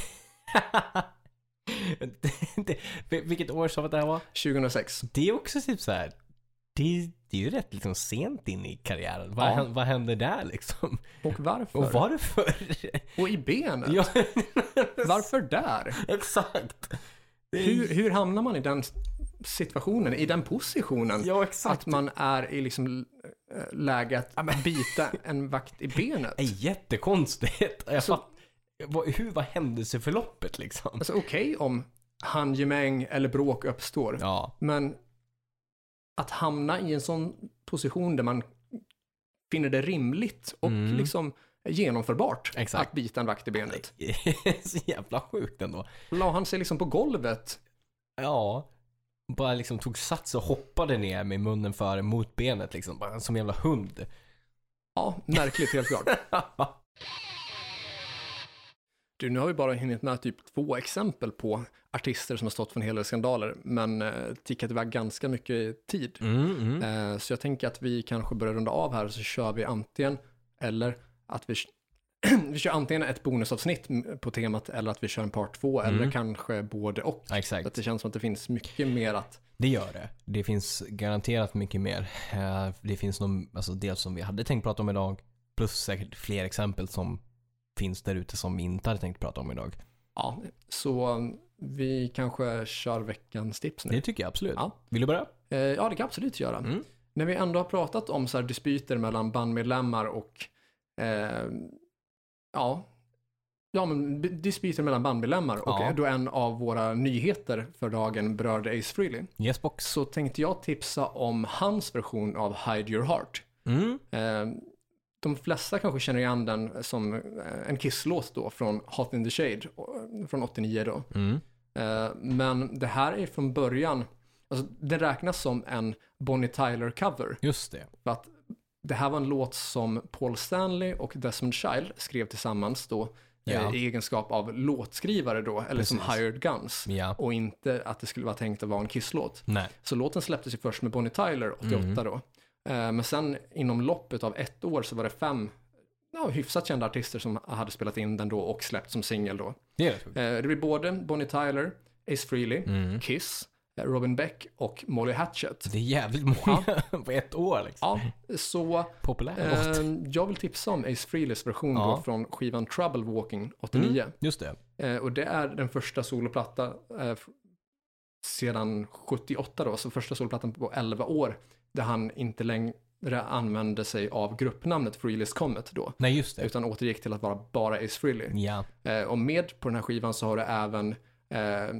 S2: det. det. vil- Vilket år sa vi att det här var?
S1: 2006.
S2: Det är också typ så här. Det, det är ju rätt liksom sent in i karriären. Vad,
S1: Ja.
S2: hän- vad hände där liksom?
S1: Och varför?
S2: Och varför?
S1: Och i benet?
S2: Ja,
S1: Varför där?
S2: exakt. Det är-
S1: Hur, hur hamnar man i den situationen, i den positionen?
S2: Ja, exakt.
S1: Att man är i liksom eh, läge att bita en vakt i benet.
S2: Det är jättekonstigt. Jag
S1: Så-
S2: fatt, vad, hur var händelseförloppet liksom?
S1: Alltså okej om handgemäng eller bråk uppstår,
S2: Ja,
S1: men att hamna i en sån position där man finner det rimligt och
S2: Mm.
S1: liksom genomförbart
S2: Exakt.
S1: att bita en vakt i benet.
S2: det är så jävla sjukt ändå.
S1: La han sig liksom på golvet?
S2: Ja. Bara liksom tog sats och hoppade ner med munnen före mot benet liksom. Bara som en jävla hund.
S1: Ja, märkligt helt klart. Du, nu har vi bara hunnit med typ två exempel på artister som har stått för en hel del skandaler, men eh, tickat iväg ganska mycket tid.
S2: Mm, mm.
S1: Eh, så jag tänker att vi kanske börjar runda av här, så kör vi antingen, eller att vi, vi kör antingen ett bonusavsnitt m- på temat, eller att vi kör en part två, eller kanske både och.
S2: Ja,
S1: Så att
S2: exakt.
S1: det känns som att det finns mycket mer att,
S2: Det gör det. Det finns garanterat mycket mer. Eh, Det finns någon, alltså dels som vi hade tänkt prata om idag, plus säkert fler exempel som finns där ute som vi inte hade tänkt prata om idag.
S1: ja, så eh, vi kanske kör veckans tips nu.
S2: Det tycker jag absolut.
S1: Ja.
S2: Vill du börja?
S1: Eh, ja, det kan jag absolut göra.
S2: Mm.
S1: När vi ändå har pratat om så här dispyter mellan bandmedlemmar och eh, ja, ja, men b- dispyter mellan bandmedlemmar
S2: Ja.
S1: och då en av våra nyheter för dagen berörde Ace Frehley
S2: Yes box.
S1: så tänkte jag tipsa om hans version av Hide Your Heart.
S2: Mm.
S1: Eh, de flesta kanske känner igen den som eh, en kisslåt då från Hot in the Shade eh, från 89 då.
S2: Mm.
S1: Eh, Men det här är från början, alltså den räknas som en Bonnie Tyler-cover.
S2: Just det.
S1: För att det här var en låt som Paul Stanley och Desmond Child skrev tillsammans då eh,
S2: Ja.
S1: i egenskap av låtskrivare då, eller som
S2: Precis.
S1: hired guns.
S2: Ja.
S1: Och inte att det skulle vara tänkt att vara en kisslåt.
S2: Nej.
S1: Så låten släpptes ju först med Bonnie Tyler 88 då. Eh, Men sen inom loppet av ett år så var det fem ja, hyfsat kända artister som hade spelat in den då och släppt som singel då.
S2: Det är rätt sjukt.
S1: Eh, Det blir både Bonnie Tyler, Ace Frehley, Kiss, eh, Robin Beck och Molly Hatchet.
S2: Det är jävligt många på ett år liksom.
S1: Ja, så
S2: Populär låt.
S1: eh, jag vill tipsa om Ace Frehleys version
S2: Ja.
S1: då från skivan Trouble Walking 89.
S2: Just det.
S1: Eh, och det är den första soloplatta eh, f- sedan 78 då, så första soloplattan på 11 år där han inte längre använde sig av gruppnamnet Frehleys Comet då.
S2: Nej, just det.
S1: Utan återgick till att vara bara Ace Frehley.
S2: Ja.
S1: Eh, och med på den här skivan så har du även eh, eh,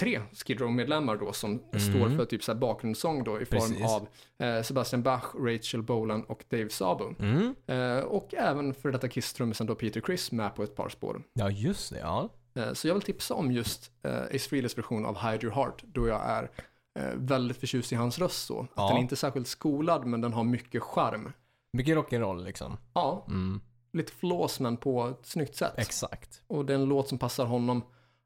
S1: tre Skid Row-medlemmar då som står för typ så här bakgrundssång då i form
S2: Precis.
S1: av eh, Sebastian Bach, Rachel Bolan och Dave Sabo.
S2: Mm.
S1: Eh, och även för detta Kiss-trummisen då Peter Criss med på ett par spår.
S2: Ja, just det. Ja.
S1: Eh, Så jag vill tipsa om just eh, Ace Frehles version av Hide Your Heart då jag är eh, väldigt förtjust i hans röst så. Att
S2: Ja.
S1: Den är inte särskilt skolad men den har mycket charm.
S2: Mycket rock'n'roll liksom.
S1: Ja,
S2: Mm.
S1: lite flås men på ett snyggt sätt.
S2: Exakt.
S1: och det är en låt som passar honom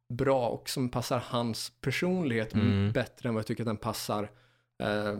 S1: bra och som passar hans personlighet
S2: Mm.
S1: bättre än vad jag tycker att den passar eh,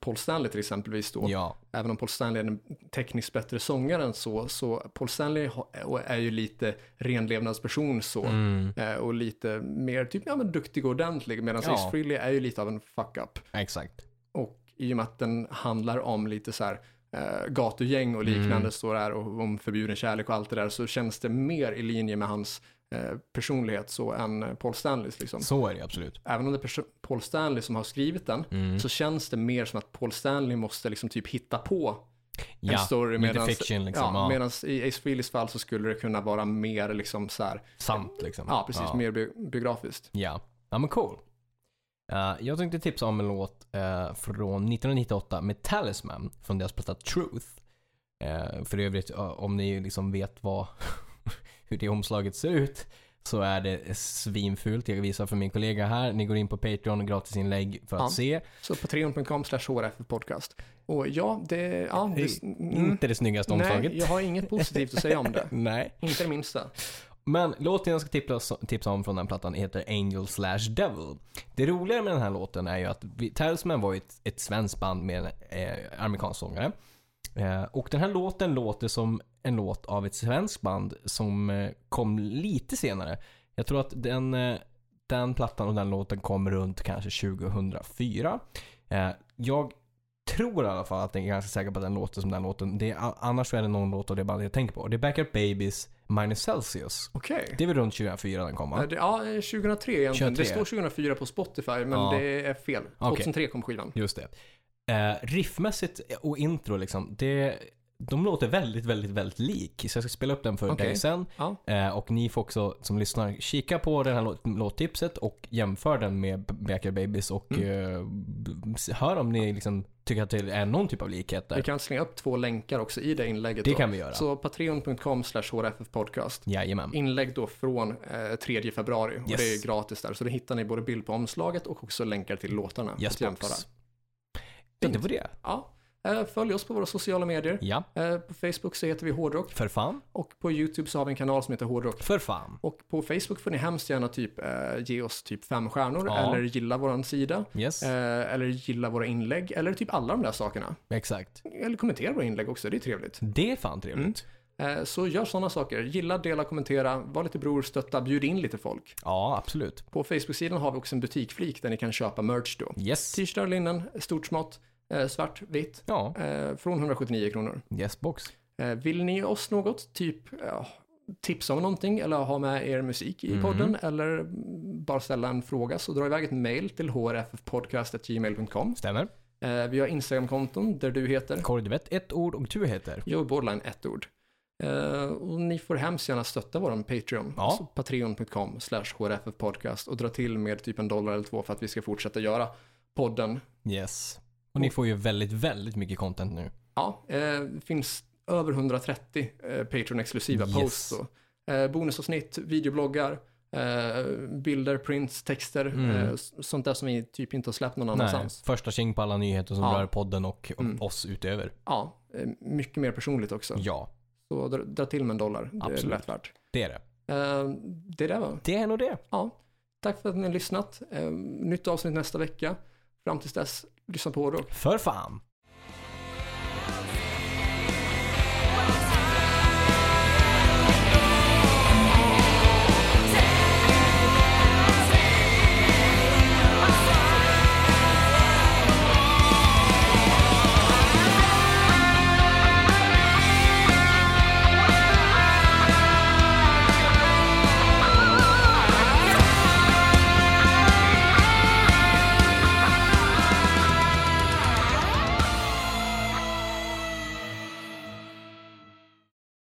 S1: Paul Stanley till exempelvis då.
S2: Ja.
S1: Även om Paul Stanley är den tekniskt bättre sångaren så, så Paul Stanley ha- och är ju lite renlevnadsperson så.
S2: Mm.
S1: Eh, och lite mer typ, ja men duktig och ordentlig. Medan
S2: Ja.
S1: Ace Frehley är ju lite av en fuck-up.
S2: Exakt.
S1: Och i och med att den handlar om lite så här eh, gatugäng och liknande
S2: Mm.
S1: står där och om förbjuden kärlek och allt det där så känns det mer i linje med hans eh, personlighet så än eh, Paul Stanleys liksom.
S2: Så är det absolut.
S1: Även om det är perso- Paul Stanley som har skrivit den
S2: Mm.
S1: så känns det mer som att Paul Stanley måste liksom typ hitta på en
S2: ja.
S1: story.
S2: lite
S1: medans-
S2: fiction liksom,
S1: Ja,
S2: ja.
S1: medans i Ace Frehleys fall så skulle det kunna vara mer liksom så här,
S2: Sant liksom.
S1: ja precis,
S2: Ja.
S1: mer bi- biografiskt.
S2: Ja, ja men cool. Eh, jag tänkte tipsa om en låt eh, från 1998 med Talisman från deras platta Truth. Eh, för övrigt, eh, om ni liksom vet vad, hur det omslaget ser ut så är det svinfult. Jag visar för min kollega här. Ni går in på Patreon och gratisinlägg för att
S1: Ja.
S2: se.
S1: Så patreon.com slash hrfpodcast. Och ja, det, ja, det, mm,
S2: Inte det snyggaste omslaget.
S1: nej, jag har inget positivt att säga om det.
S2: Nej.
S1: Inte det minsta.
S2: Men låten jag ska tipsa, tipsa om från den plattan heter Angel slash Devil. Det roliga med den här låten är ju att vi, Talisman var ju ett, ett svenskt band med en eh, amerikansk sångare. Eh, och den här låten låter som en låt av ett svenskt band som eh, kom lite senare. Jag tror att den, eh, den plattan och den låten kom runt kanske 2004. Eh, jag tror i alla fall att jag är ganska säker på att den låter som den låten. Det är, annars så är det någon låt av det bandet jag tänker på. Det är Backup Babies Minus Celsius.
S1: Okej.
S2: Det är väl runt 2004 den kom
S1: Eh,
S2: va?
S1: det- Ja, 2003 egentligen.
S2: 23.
S1: Det står 2004 på Spotify, men
S2: Ja.
S1: det är fel. 2003 kom skivan.
S2: Just det. Eh, riffmässigt och intro liksom, det, de låter väldigt, väldigt, väldigt lik. Så jag ska spela upp den för
S1: Okej.
S2: dig sen.
S1: Ja.
S2: Eh, och ni får också som lyssnar kika på det här låt- låttipset och jämför den med Backyard Babies och eh,
S1: Mm.
S2: b- b- hör om ni liksom tycker att det är någon typ av likhet
S1: Vi
S2: där.
S1: kan slänga upp två länkar också i det inlägget.
S2: Det
S1: då.
S2: kan vi göra.
S1: Så patreon.com slash hrfpodcast.
S2: Jajamän.
S1: Inlägg då från eh, 3 februari och
S2: Yes.
S1: det är gratis där. Så då hittar ni både bild på omslaget och också länkar till låtarna.
S2: Yes,
S1: att jämföra.
S2: box. Tänkte på det.
S1: Ja. Eh, Följ oss på våra sociala medier.
S2: Ja,
S1: Eh, På Facebook så heter vi Hårdrock
S2: för fan.
S1: och på YouTube så har vi en kanal som heter Hårdrock.
S2: För fan.
S1: Och på Facebook får ni hemskt gärna typ eh, ge oss typ fem stjärnor
S2: Ja.
S1: eller gilla våran sida.
S2: Yes,
S1: Eh, eller gilla våra inlägg eller typ alla de där sakerna.
S2: exakt.
S1: Eller kommentera våra inlägg också, det är trevligt.
S2: Det är fan trevligt.
S1: Eh, så gör sådana saker. Gilla, dela, kommentera, var lite bror, stötta, bjud in lite folk.
S2: Ja, absolut.
S1: På Facebook-sidan har vi också en butikflik där ni kan köpa merch då.
S2: Yes.
S1: T-shirtar, linnen, stort smått, eh, svart, vitt.
S2: Ja,
S1: Eh, från 179 kronor.
S2: yes box.
S1: Eh, Vill ni ge oss något, typ ja, tips om någonting eller ha med er musik i
S2: Mhm.
S1: podden eller mm, bara ställa en fråga så dra iväg ett mail till hrffpodcast.gmail.com.
S2: Stämmer.
S1: Eh, Vi har Instagram-konton där du heter
S2: Korvett ett ord och du heter?
S1: Joe Bordline, ett ord. Eh, Och ni får hemskt gärna stötta vår Patreon,
S2: Ja.
S1: alltså patreon.com slash hrffpodcast och dra till med typ en dollar eller två för att vi ska fortsätta göra podden.
S2: Yes. Och ni får ju väldigt, väldigt mycket content nu.
S1: Ja, eh, det finns över 130 eh, Patreon-exklusiva
S2: Yes.
S1: posts. Då. Eh, bonusavsnitt, videobloggar, eh, bilder, prints, texter,
S2: Mm.
S1: eh, s- sånt där som vi typ inte har släppt någon annanstans.
S2: Första tjing på alla nyheter som
S1: Ja.
S2: rör podden och, och
S1: Mm.
S2: oss utöver.
S1: Ja, eh, mycket mer personligt också.
S2: Ja,
S1: Så dra, dra till med en dollar, det
S2: Mm. Absolut.
S1: är lätt värt.
S2: det är det.
S1: Eh, det där var.
S2: Det är nog det.
S1: Ja, tack för att ni har lyssnat. Eh, nytt avsnitt nästa vecka. Fram tills dess, lyssna på hårdrock.
S2: För fan.